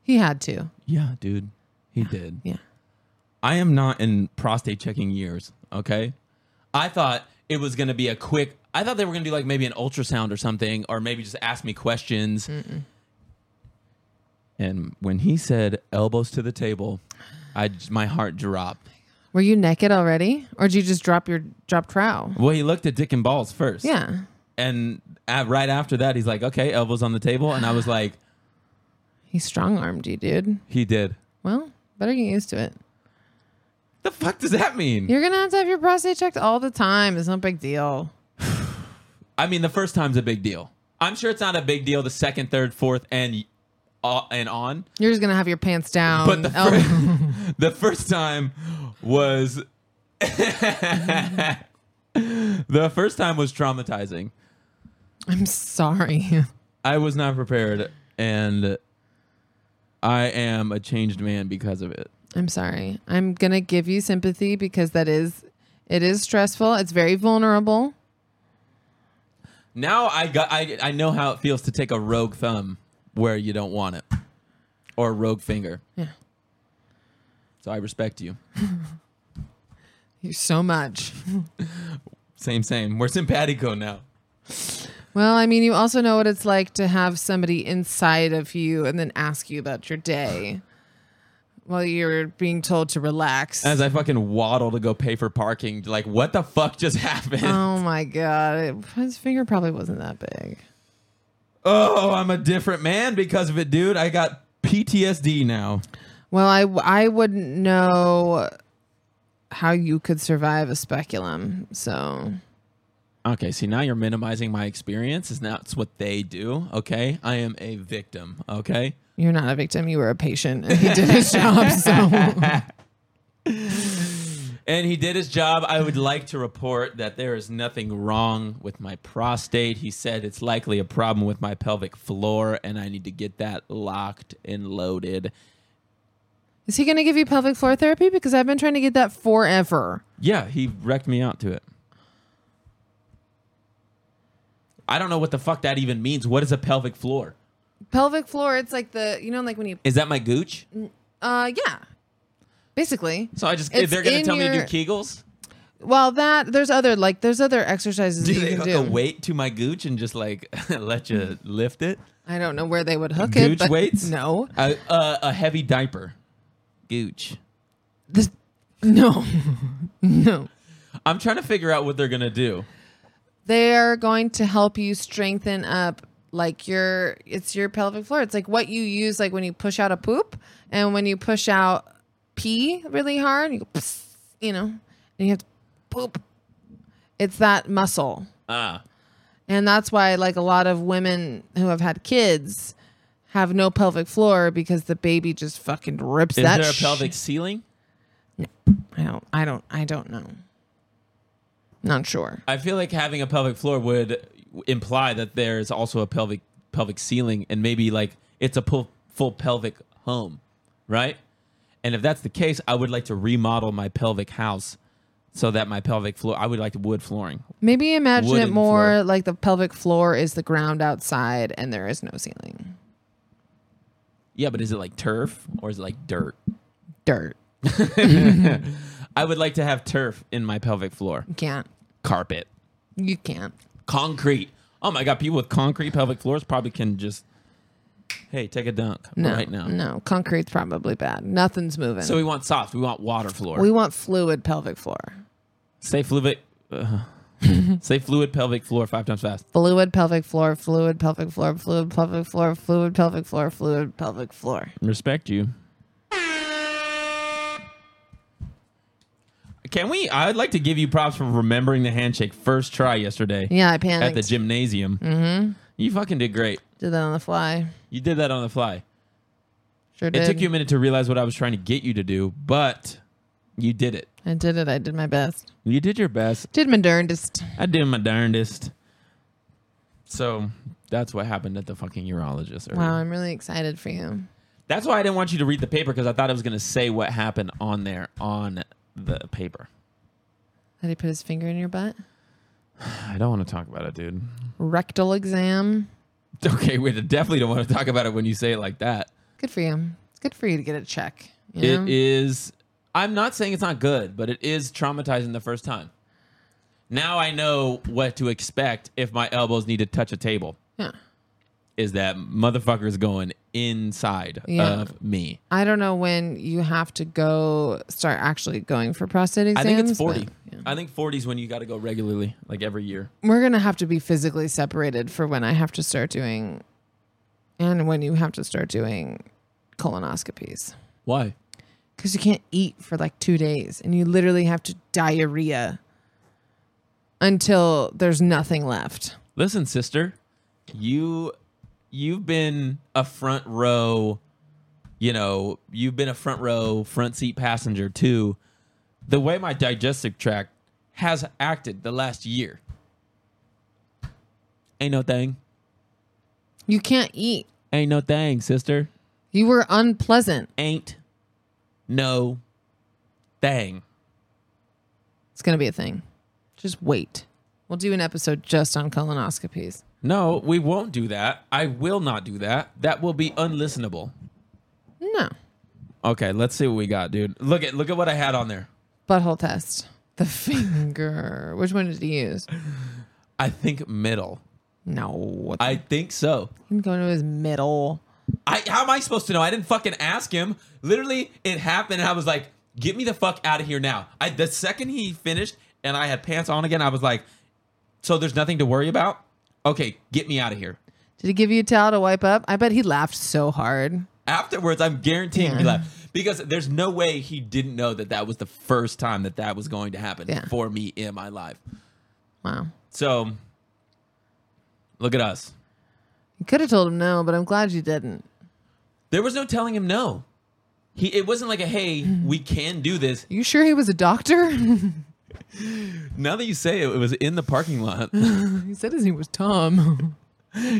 He had to. Yeah, dude, he did. Yeah. I am not in prostate checking years, okay? I thought it was going to be a quick, I thought they were going to do like maybe an ultrasound or something, or maybe just ask me questions. And when he said elbows to the table, I j- my heart dropped. Were you naked already, or did you just drop your drop trow? Well, he looked at dick and balls first. Yeah. And at, right after that, he's like, okay, elbows on the table. And I was like, He strong armed you, dude. he did. Well, better get used to it. The fuck does that mean? You're gonna have to have your prostate checked all the time. It's no big deal. I mean, the first time's a big deal. I'm sure it's not a big deal the second, third, fourth, and uh, and on. You're just gonna have your pants down. But the, Oh, fir- (laughs) the first time was the first time was traumatizing. (laughs) I'm sorry. I was not prepared, and I am a changed man because of it. I'm sorry. I'm gonna give you sympathy because that is, it is stressful. It's very vulnerable. Now I got I I know how it feels to take a rogue thumb where you don't want it, or a rogue finger. Yeah. So I respect you. You so much. Same, same. We're simpatico now. Well, I mean, you also know what it's like to have somebody inside of you and then ask you about your day while you're being told to relax. As I fucking waddle to go pay for parking, like what the fuck just (laughs) happened? oh my god, it, his finger probably wasn't that big. oh, I'm a different man because of it, dude. I got PTSD now. Well, I w- I wouldn't know how you could survive a speculum. So Okay, see now you're minimizing my experience. Is that's what they do. Okay, I am a victim. Okay, you're not a victim. You were a patient, and he did (laughs) his job. So and he did his job. I would like to report that there is nothing wrong with my prostate. He said it's likely a problem with my pelvic floor, and I need to get that locked and loaded. is he going to give you pelvic floor therapy? Because I've been trying to get that forever. Yeah, he wrecked me out to it. I don't know what the fuck that even means. What is a pelvic floor? Pelvic floor. It's like the you know like when you Is that my gooch? uh yeah, basically. So I just It's they're gonna in tell me to your- do Kegels. Well, that there's other like there's other exercises Do that they (laughs) you can hook do. a weight to my gooch and just like (laughs) let you lift it? I don't know where they would hook Gooch it. But weights? No. A, a, a heavy diaper, gooch. This, no. no. I'm trying to figure out what they're gonna do. They're going to help you strengthen up like your it's your pelvic floor. It's like what you use like when you push out a poop and when you push out pee really hard, you go pss, you know, and you have to poop. It's that muscle. Ah, And that's why like a lot of women who have had kids have no pelvic floor because the baby just fucking rips is that there a sh- pelvic ceiling? I don't I don't I don't know. Not sure. I feel like having a pelvic floor would imply that there is also a pelvic pelvic ceiling, and maybe like it's a full, full pelvic home, right? And if that's the case, I would like to remodel my pelvic house so that my pelvic floor. I would like wood flooring. Maybe imagine it Wooden more floor. like the pelvic floor is the ground outside and there is no ceiling. Yeah, but is it like turf or is it like dirt? Dirt. I would like to have turf in my pelvic floor, You can't. carpet, You can't. concrete. Oh my god, people with concrete pelvic floors probably can just hey take a dunk No. right now. No. Concrete's probably bad. Nothing's moving. So So we want soft. We want water floor. we want fluid pelvic floor. Say fluid. Uh, (laughs) say fluid pelvic floor five times fast. Fluid pelvic floor, fluid pelvic floor, fluid pelvic floor, fluid pelvic floor, fluid pelvic floor. Respect you. Can we? I'd like to give you props for remembering the handshake first try yesterday Yeah, I at panicked. the gymnasium. Mm-hmm. You fucking did great. Did that on the fly. You did that on the fly. Sure did. It took you a minute to realize what I was trying to get you to do, but you did it. I did it. I did my best. You did your best. Did my darndest. I did my darndest. So that's what happened at the fucking urologist. earlier. Wow, I'm really excited for you. That's why I didn't want you to read the paper because I thought it was going to say what happened on there on the paper. Did he put his finger in your butt? I don't want to talk about it, dude. Rectal exam. Okay, we definitely don't want to talk about it when you say it like that. Good for you. It's good for you to get a check. You know? It is. I'm not saying it's not good, but it is traumatizing the first time. Now I know what to expect if my elbows need to touch a table. Yeah. Is that motherfucker's going inside Yeah. of me? I don't know when you have to go start actually going for prostate I exams. think it's but, 40. yeah. I think 40 is when you got to go regularly, like every year. We're gonna have to be physically separated for when I have to start doing, and when you have to start doing colonoscopies. Why? because you can't eat for like two days and you literally have to diarrhea until there's nothing left. Listen, sister, you you've been a front row, you know, you've been a front row front seat passenger too. The way my digestive tract has acted the last year. Ain't no thing. You can't eat. Ain't no thing, sister. You were unpleasant. Ain't no thing. It's going to be a thing. Just wait. We'll do an episode just on colonoscopies. No, we won't do that. I will not do that. That will be unlistenable. No. Okay, let's see what we got, dude. Look at look at what I had on there. Butthole test. The (laughs) finger. Which one did he use? I think middle. No. I think so. I'm going to his middle. I how am I supposed to know? I didn't fucking ask him. Literally, it happened, and I was like, "Get me the fuck out of here now!" I the second he finished, and I had pants on again. I was like, "So there's nothing to worry about? Okay, get me out of here." Did he give you a towel to wipe up? I bet he laughed so hard. Afterwards, I'm guaranteeing he Yeah. left because there's no way he didn't know that that was the first time that that was going to happen Yeah. for me in my life. Wow. So, look at us. You could have told him no, but I'm glad you didn't. There was no telling him no. He it wasn't like a hey, we can do this. You sure he was a doctor? (laughs) Now that you say it, it was in the parking lot. he said his name was Tom.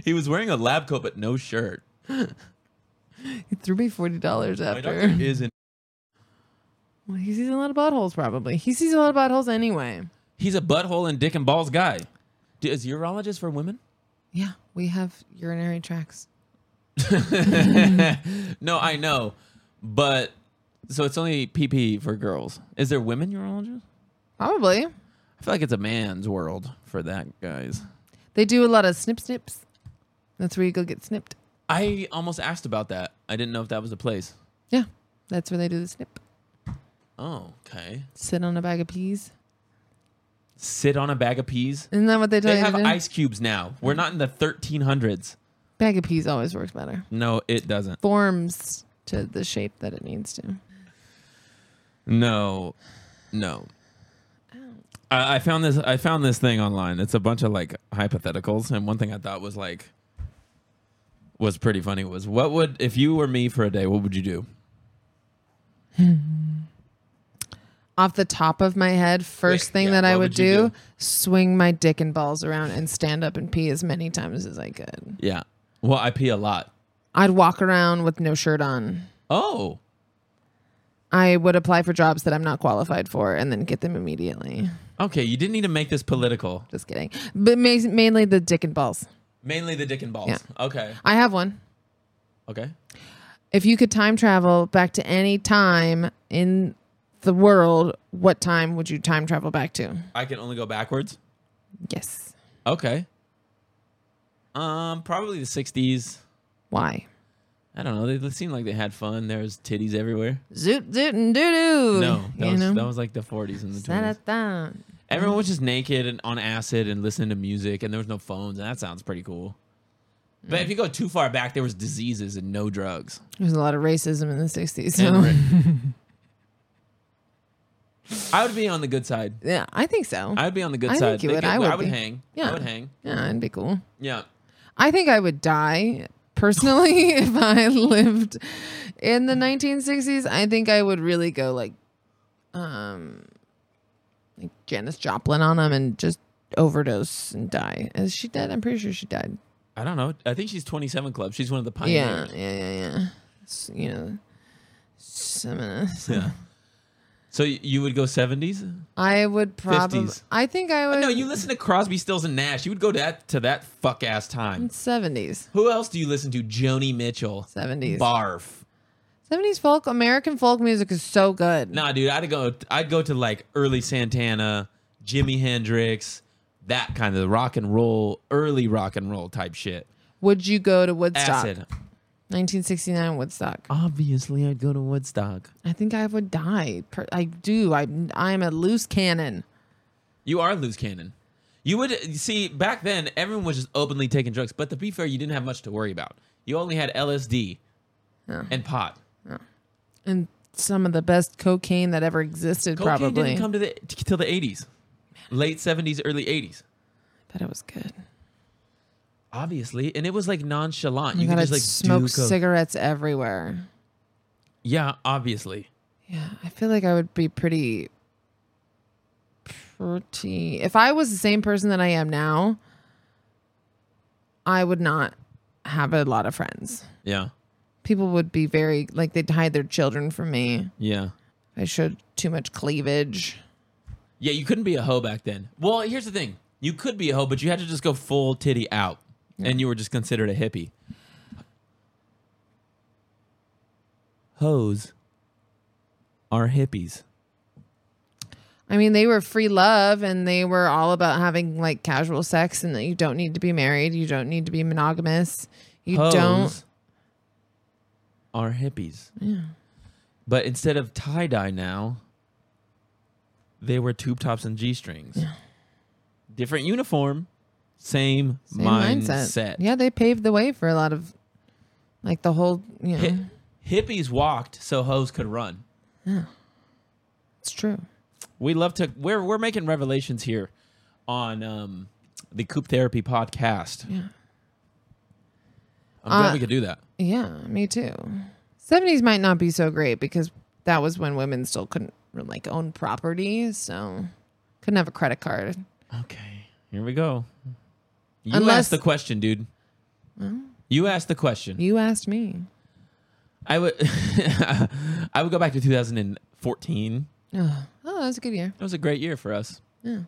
He was wearing a lab coat but no shirt. (laughs) he threw me $40 My doctor after. isn't. Well, he sees a lot of buttholes, probably. He sees a lot of buttholes anyway. He's a butthole and dick and balls guy. D- Is urologist for women? Yeah, we have urinary tracts. No, I know, but so it's only PP for girls. Is there women urologists? Probably. I feel like it's a man's world for that, guys. They do a lot of snip snips. That's where you go get snipped. I almost asked about that. I didn't know if that was a place. Yeah, that's where they do the snip. Oh, okay. Sit on a bag of peas. Sit on a bag of peas. Isn't that what they tell They you have to do? ice cubes now. We're not in the 1300s. Bag of peas always works better. No, it doesn't. Forms to the shape that it needs to. No, no. I, I found this. I found this thing online. It's a bunch of like hypotheticals, and one thing I thought was like was pretty funny was what would if you were me for a day, what would you do? Off the top of my head, first Wait, thing yeah, that I what would, would you do, do? swing my dick and balls around and stand up and pee as many times as I could. Yeah. Well, I pee a lot. I'd walk around with no shirt on. Oh, I would apply for jobs that I'm not qualified for and then get them immediately. okay. You didn't need to make this political. Just kidding. But ma- mainly the dick and balls. Mainly the dick and balls. Yeah. Okay. I have one. Okay. If you could time travel back to any time in the world, what time would you time travel back to? I can only go backwards. Yes. Okay. Um, probably the '60s. Why? I don't know. They, they seemed like they had fun. There was titties everywhere. Zoot zoot and doo doo. No, that, was, that was like the 40s and the 20s. Everyone was just naked and on acid and listening to music, and there was no phones, and that sounds pretty cool. But if you go too far back, there was diseases and no (laughs) drugs. There's a lot of racism in the '60s. So. And ra- I would be on the good side. yeah, I think so. I would be on the good I think side. you They would. could- I would be. hang. I Yeah. would hang. yeah, it'd be cool. Yeah. I think I would die personally (laughs) if I lived in the 1960s. I think I would really go like, um, like Janis Joplin on them and just overdose and die. Is she dead? I'm pretty sure she died. I don't know. I think she's 27 Club. She's one of the Yeah, pioneers. yeah, yeah, yeah. S- you know, seminous. Yeah. So y- you would go 70s? I would probably. 50s. I think I would. No, you listen to Crosby, Stills, and Nash. You would go that to that fuck ass time. 70s. Who else do you listen to? Joni Mitchell. 70s. Barf. 70s folk, American folk music is so good. Nah, dude, I'd go. I'd go to like early Santana, Jimi Hendrix, that kind of rock and roll, early rock and roll type shit. Would you go to Woodstock? Acid. 1969 Woodstock. Obviously, I'd go to Woodstock. I think I would die. Per- I do. I I'm a loose cannon. You are loose cannon. You would you see back then. Everyone was just openly taking drugs, but to be fair, you didn't have much to worry about. You only had LSD and pot. And some of the best cocaine that ever existed Cocaine probably. didn't come to the t- till the eighties, late seventies, early eighties. but it was good. Obviously, and it was like nonchalant. You you could gotta just like do smoke coke. cigarettes everywhere. Yeah, obviously. Yeah. I feel like I would be pretty pretty. If I was the same person that I am now, I would not have a lot of friends. Yeah. People would be very like they'd hide their children from me. Yeah. I showed too much cleavage. Yeah, you couldn't be a hoe back then. Well, here's the thing. You could be a hoe, but you had to just go full titty out. And you were just considered a hippie. Hoes are hippies. I mean, they were free love and they were all about having like casual sex and that you don't need to be married, you don't need to be monogamous. You Hoes don't are hippies. Yeah. But instead of tie dye now, they wear tube tops and G strings. Different uniform, same, Same mindset. Yeah, they paved the way for a lot of like the whole, you know, Hi- hippies walked so hoes could run. it's true. We love to. We're we're making revelations here on um, the Coop Therapy podcast. Yeah. I'm glad Uh, we could do that. Yeah, me too. 70s might not be so great because that was when women still couldn't like own property, so couldn't have a credit card. Okay. Here we go. You Unless- asked the question, dude. You asked the question. You asked me. I would (laughs) I would go back to 2014. Oh, oh that was a good year. That was a great year for us. Yeah.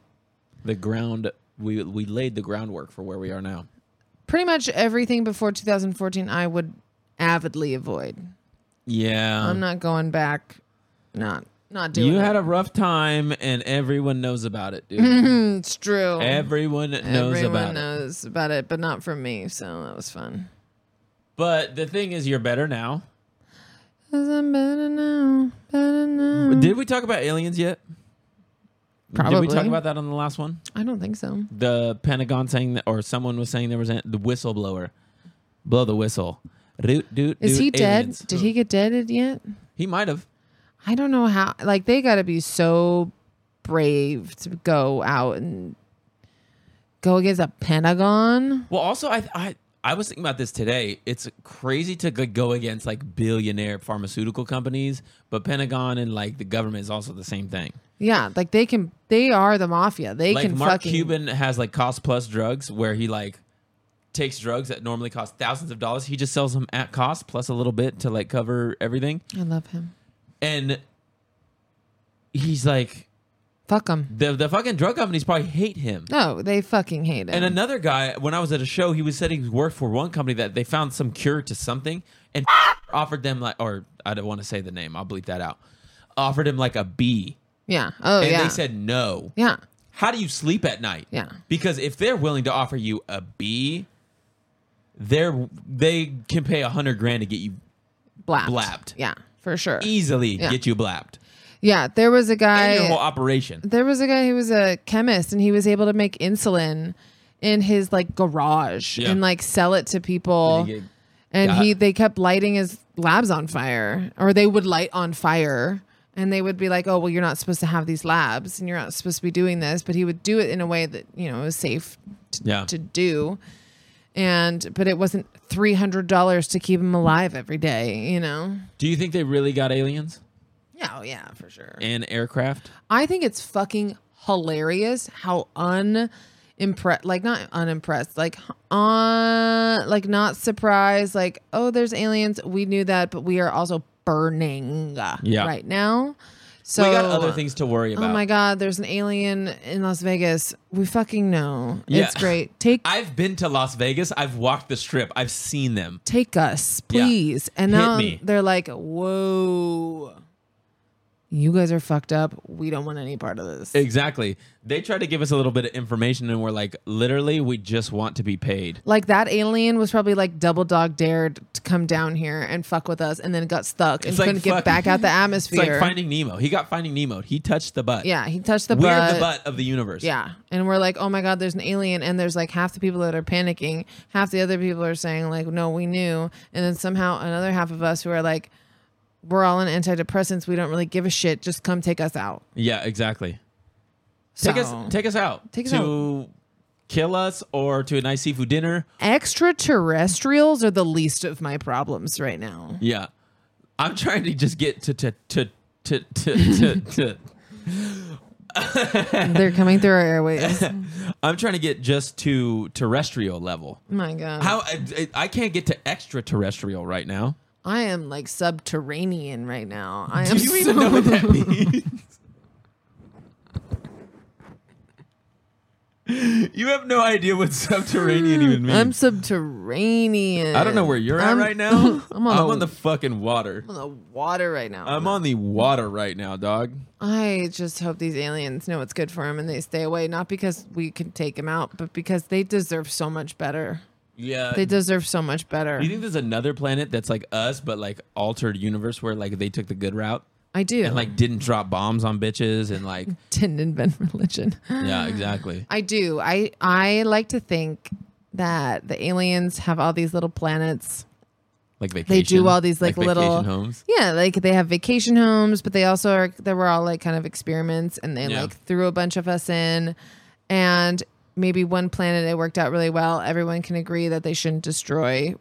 The ground we we laid the groundwork for where we are now. Pretty much everything before 2014 I would avidly avoid. Yeah. I'm not going back. Not not doing Um, you it. had a rough time and everyone knows about it, dude. (laughs) it's true. everyone knows Everyone about it. knows about it, but not from me, so that was fun. But the thing is you're better now. 'Cause I'm better now, better now. Did we talk about aliens yet? Did Probably. we talk about that on the last one? I don't think so. The Pentagon saying that, or someone was saying there was a, the whistleblower. Blow the whistle. Doot, doot, Is doot, he aliens. dead? Did he get deaded yet? He might have. I don't know how. Like they got to be so brave to go out and go against a Pentagon. Well, also, I, I I was thinking about this today. It's crazy to g- go against like billionaire pharmaceutical companies, but Pentagon and like the government is also the same thing. Yeah, like they can. They are the mafia. They Like can Mark fucking. Cuban has like cost plus drugs, where he like takes drugs that normally cost thousands of dollars. He just sells them at cost plus a little bit to like cover everything, I love him. and he's like Fuck him. the the fucking drug companies probably hate him. No, they fucking hate him. And another guy, when I was at a show, he was said he worked for one company that they found some cure to something and (laughs) offered them like, or I don't want to say the name, I'll bleep that out. Offered him like a B, yeah. Oh and yeah. they said no. yeah. How do you sleep at night? Yeah. because if they're willing to offer you a B, they're they can pay a hundred grand to get you Blapped. Blapped. Yeah, for sure. easily Yeah. get you blapped Yeah, there was a E and your whole guy. operation. There was a guy who was a chemist, and he was able to make insulin in his like garage Yeah. and like sell it to people. Did he get and got- he they kept lighting his labs on fire, or they would light on fire, and they would be like, "Oh, well, you're not supposed to have these labs, and you're not supposed to be doing this." But he would do it in a way that you know was safe to, Yeah. to do, and but it wasn't three hundred dollars to keep him alive every day, you know. Do you think they really got aliens Yeah, oh, yeah, for sure. and aircraft? I think it's fucking hilarious how unimpressed, like not unimpressed, like on, like not surprised, like oh, there's aliens. We knew that, but we are also burning Yeah. right now. So we got other things to worry Oh about. my god, there's an alien in Las Vegas. We fucking know. Yeah. It's great. Take I've been to Las Vegas. I've walked the strip. I've seen them. take us, Yeah. please. And Hit now me. they're like, whoa. You guys are fucked up. We don't want any part of this. Exactly. They tried to give us a little bit of information, and we're like, literally, we just want to be paid. Like that alien was probably like double dog dared to come down here and fuck with us, and then got stuck and It's like couldn't get fuck- back out (laughs) the It's atmosphere. like Finding Nemo. He got Finding Nemo. He touched the butt. yeah, he touched the We're butt. the butt of the universe. Yeah, and we're like, oh my god, there's an alien, and there's like half the people that are panicking, half the other people are saying like, no, we knew, and then somehow another half of us who are like, we're all on antidepressants, we don't really give a shit, just come take us out. Yeah. Exactly. So, Take us. Take us out. Take us to kill us or to a nice seafood dinner. extraterrestrials are the least of my problems right now. (laughs) Yeah. I'm trying to just get to to to to to to. to They're coming through our (laughs) airways. I'm trying to get just to terrestrial level. My God. How I, I can't get to extraterrestrial right now. I am like subterranean right now. I am Do you even so- know what that means? you have no idea what subterranean even means. (laughs) I'm subterranean. I don't know where you're at I'm- right now. (laughs) I'm on, the, the fucking water. I'm on the water right now. I'm on the water right now, dog. I just hope these aliens know what's good for them and they stay away, not because we can take them out, but because they deserve so much better. Yeah. They deserve so much better. Do Uh, you think there's another planet that's like us, but like altered universe where like they took the good route I do. and like didn't drop bombs on bitches and like didn't invent (laughs) religion. (laughs) yeah, exactly. I do. I I like to think that the aliens have all these little planets. Like vacation. They do all these like, vacation little homes. Yeah, like they have vacation homes, but they also are there were all like kind of experiments and they Yeah. like threw a bunch of us in and maybe one planet it worked out really well. Everyone can agree that they shouldn't destroy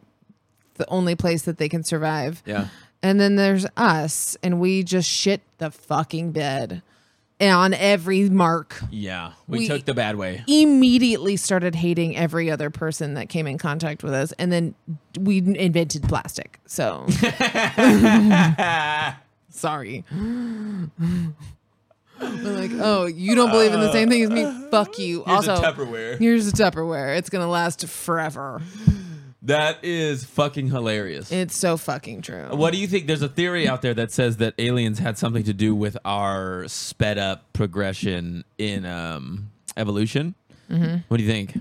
the only place that they can survive. Yeah. And then there's us and we just shit the fucking bed on every mark. Yeah. We, We- e-, took the bad way. immediately started hating every other person that came in contact with us and then we invented plastic so (laughs) sorry we're like oh you don't believe in the same thing as me fuck you Here's a also Tupperware. here's a tupperware it's gonna last forever That is fucking hilarious. it's so fucking true What do you think? There's a theory out there that says that aliens had something to do with our sped up progression in um, evolution. Mm-hmm. What do you think?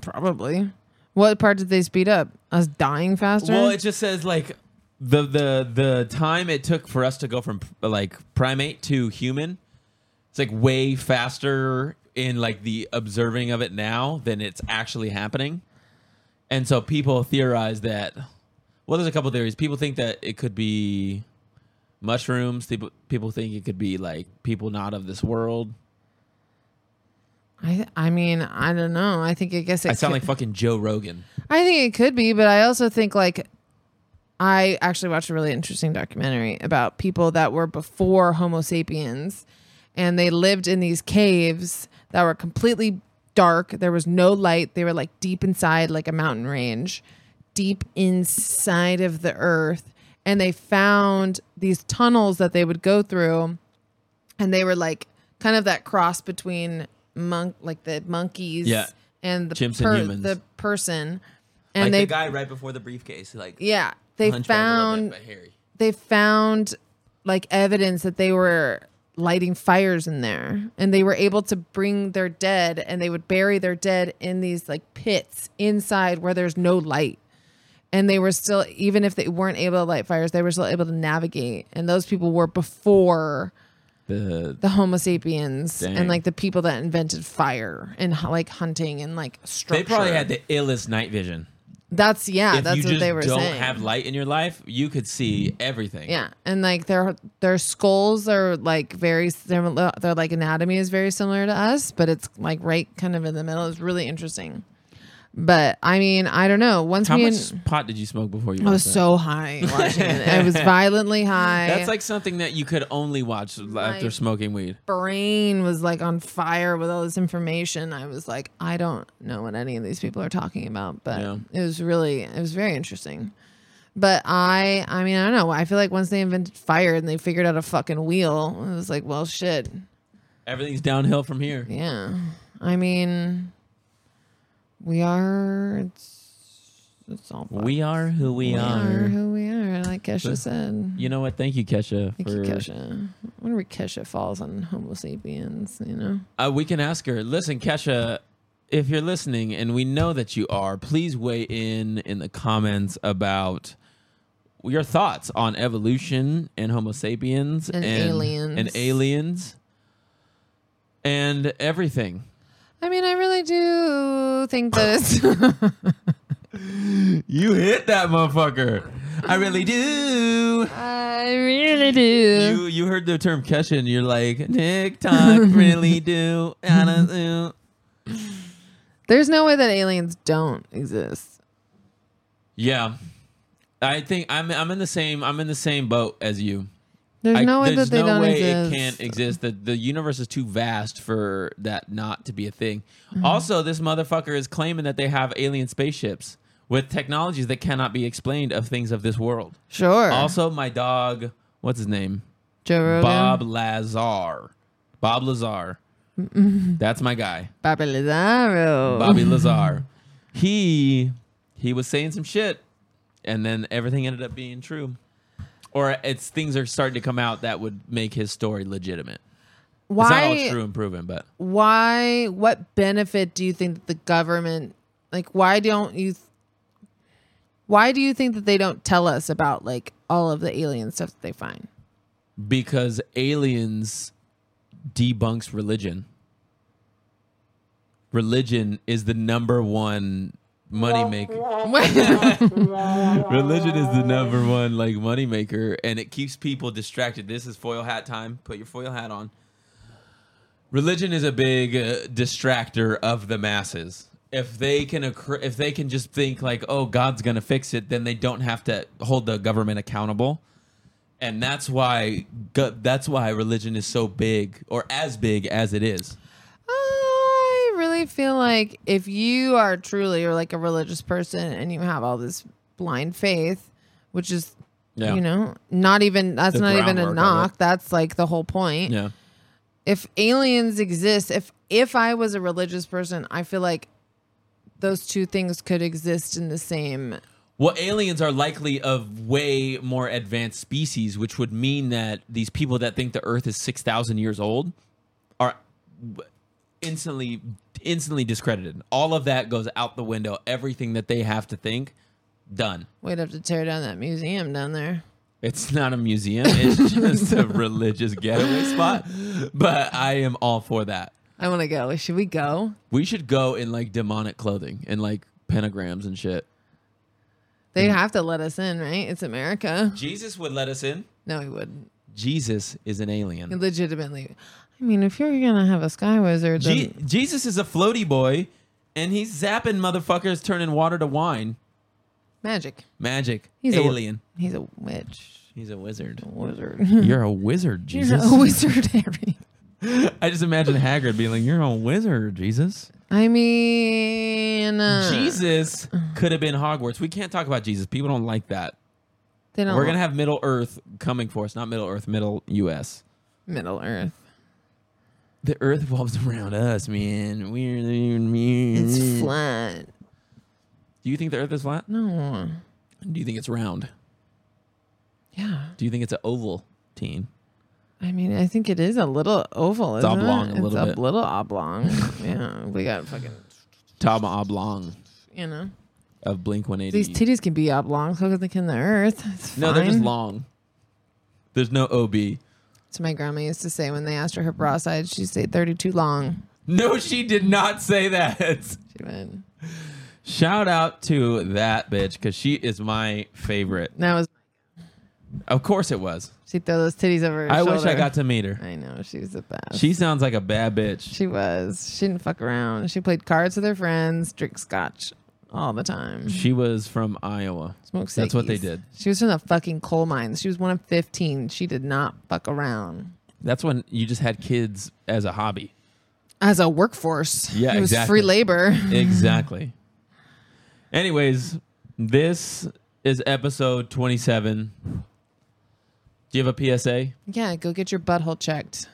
probably what part did they speed up us dying faster Well, it just says like the the the time it took for us to go from like primate to human. It's like way faster in like the observing of it now than it's actually happening. And so people theorize that well there's a couple theories. People think that it could be mushrooms. People people think it could be like people not of this world. I, I mean i don't know i think i guess it I sound could- like fucking Joe Rogan. I think it could be, but I also think like I actually watched a really interesting documentary about people that were before Homo sapiens and they lived in these caves that were completely dark. There was no light. They were like deep inside like a mountain range, deep inside of the earth, and they found these tunnels that they would go through and they were like kind of that cross between monk like the monkeys Yeah. and the Chimps and humans. the person and like they the guy right before the briefcase, like yeah they hunchback a little bit, found but hairy. they found like evidence that they were lighting fires in there and they were able to bring their dead and they would bury their dead in these like pits inside where there's no light and they were still even if they weren't able to light fires they were still able to navigate and those people were before The the homo sapiens Dang. and like the people that invented fire and hu- like hunting and like structure they probably had the illest night vision. that's yeah if that's you what just they were don't saying have light in your life, you could see everything. Yeah, and like their their skulls are like very similar. Their like anatomy is very similar to us, but it's like right kind of in the middle. It's really interesting. But I mean, I don't know. Once How we much pot did you smoke before you? I was watched that? so high watching it. (laughs) I was violently high. That's like something that you could only watch after smoking weed. brain was like on fire with all this information. I was like, I don't know what any of these people are talking about, but Yeah. it was really, it was very interesting. But I, I mean, I don't know. I feel like once they invented fire and they figured out a fucking wheel, it was like, well, shit, Everything's downhill from here. yeah. I mean, we are. It's, it's all. fucked. We are who we, We are. who we are, like Kesha said. You know what? Thank you, Kesha. Thank you, Kesha. I wonder where Kesha falls on Homo sapiens. You know. Uh, we can ask her. Listen, Kesha, if you're listening, and we know that you are, please weigh in in the comments about your thoughts on evolution and Homo sapiens And aliens. and aliens and everything. I mean, I really do think (laughs) that You hit that motherfucker. I really do. I really do. You you heard the term Kesha, and you're like (laughs) TikTok really do. uh. I don't know. There's no way that aliens don't exist. Yeah, I think I'm I'm in the same I'm in the same boat as you. There's I- no way there's that they no don't way exist. it can't exist. The the universe is too vast for that not to be a thing. Mm-hmm. Also, this motherfucker is claiming that they have alien spaceships with technologies that cannot be explained of things of this world. Sure. Also, my dog, what's his name? Joe Rogan. Bob Lazar. Bob Lazar. That's my (laughs) guy. Bobby Lazaro. Bobby Lazar. He he was saying some shit, and then everything ended up being true, or it's things are starting to come out that would make his story legitimate. It's not all Why? true and proven, but Why? What benefit do you think that the government? Like, why don't you? Why do you think that they don't tell us about like all of the alien stuff that they find? (laughs) because aliens debunks religion. Religion is the number one moneymaker. (laughs) Religion is the number one like moneymaker and it keeps people distracted. This is foil hat time. Put your foil hat on. religion is a big uh, distractor of the masses if they can occur, if they can just think like oh god's gonna fix it then they don't have to hold the government accountable and that's why go- that's why religion is so big or as big as it is I really feel like if you are truly or like a religious person and you have all this blind faith, which is yeah you know not even that's The not even groundwork a of knock. it. That's like the whole point. yeah If aliens exist, if if I was a religious person, I feel like those two things could exist in the same. well aliens are likely of way more advanced species which would mean that these people that think the earth is 6000 years old are instantly instantly discredited. All of that goes out the window. Everything that they have to think, done. We'd have to tear down that museum down there. It's not a museum. It's (laughs) just a religious getaway spot. But I am all for that. I want to go. Should we go? We should go in like demonic clothing and like pentagrams and shit. They Mm. have to let us in, right? It's America. Jesus would let us in. No, he wouldn't. Jesus is an alien. legitimately i mean if you're gonna have a sky wizard then Je- Jesus is a floaty boy and he's zapping motherfuckers turning water to wine. magic Magic. He's a- alien. he's a witch he's a wizard. wizard (laughs) You're a wizard, Jesus. Hmm. You're a wizard harry (laughs) I just imagine Hagrid being like, "You're a wizard, Jesus." i mean uh, Jesus could have been Hogwarts. We can't talk about Jesus. People don't like that. they don't We're gonna have Middle Earth coming for us. Not Middle Earth, Middle U.S. middle earth The Earth revolves around us, man. We're the man. it's flat Do you think the Earth is flat? no Do you think it's round? yeah Do you think it's an oval? Teen. i mean i think it is a little oval It's isn't oblong it? a little it's bit. a little oblong yeah we got fucking Tom oblong you know of Blink One Eighty. these titties can be oblong so can the earth it's no, they're just fine. long. There's no ob. so my grandma used to say when they asked her her bra size she'd say 32 long No, she did not say that. she went Shout out to that bitch because she is my favorite. that was Of course it was. She'd throw those titties over her I shoulder. wish I got to meet her. I know she was the best. She, She sounds like a bad bitch. was. She didn't fuck around. She played cards with her friends, drank scotch all the time. She was from Iowa. Smoked That's what they sickies. did. She was from the fucking coal mines. She was one of fifteen. She did not fuck around. That's when you just had kids as a (laughs) hobby. As a workforce, Yeah, it was exactly. free labor. Exactly. Anyways, this is episode 27. Do you have a PSA? Yeah, go get your butthole checked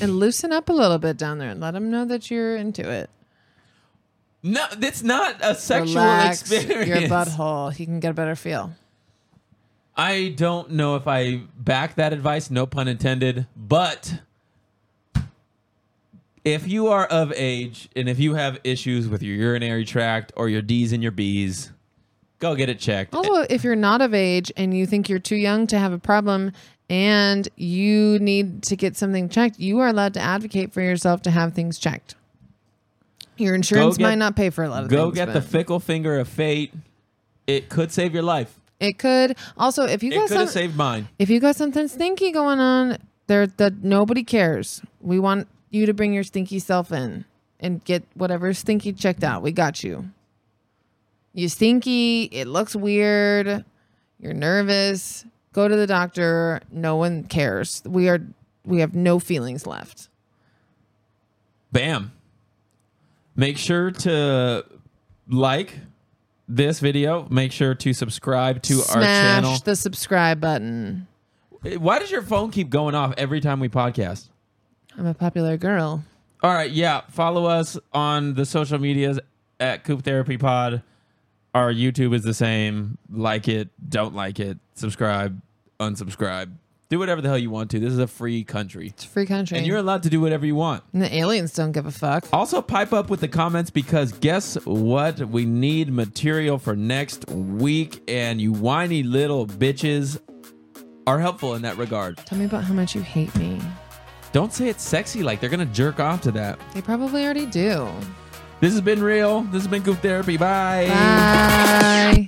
and loosen up a little bit down there and let them know that you're into it. No, that's not a sexual Relax experience. your (laughs) butthole. He can get a better feel. I don't know if I back that advice, no pun intended, but if you are of age and if you have issues with your urinary tract or your D's and your B's, go get it checked. Also, if you're not of age and you think you're too young to have a problem and you need to get something checked, you are allowed to advocate for yourself to have things checked. Your insurance get- might not pay for a lot of Go things. get but the fickle finger of fate. It could save your life. it could also if you It got could have some, saved mine. if you got something stinky going on, there that nobody cares. We want you to bring your stinky self in and get whatever stinky checked out. We got you. You stinky. It looks weird. You're nervous. Go to the doctor. No one cares. We are we have no feelings left. Bam. Make sure to like this video. Make sure to subscribe to our Smash channel. the subscribe button. Why does your phone keep going off every time we podcast? I'm a popular girl. All right, yeah. Follow us on the social medias at Coop Therapy Pod. Our YouTube is the same. Like it, don't like it, subscribe, unsubscribe. Do whatever the hell you want to. This is a free country. It's a free country. And you're allowed to do whatever you want. And the aliens don't give a fuck. Also, pipe up with the comments because guess what? We need material for next week, and you whiny little bitches are helpful in that regard. Tell me about how much you hate me. Don't say it's sexy like they're gonna jerk off to that. They probably already do. This has been real. This has been Goof Therapy. Bye.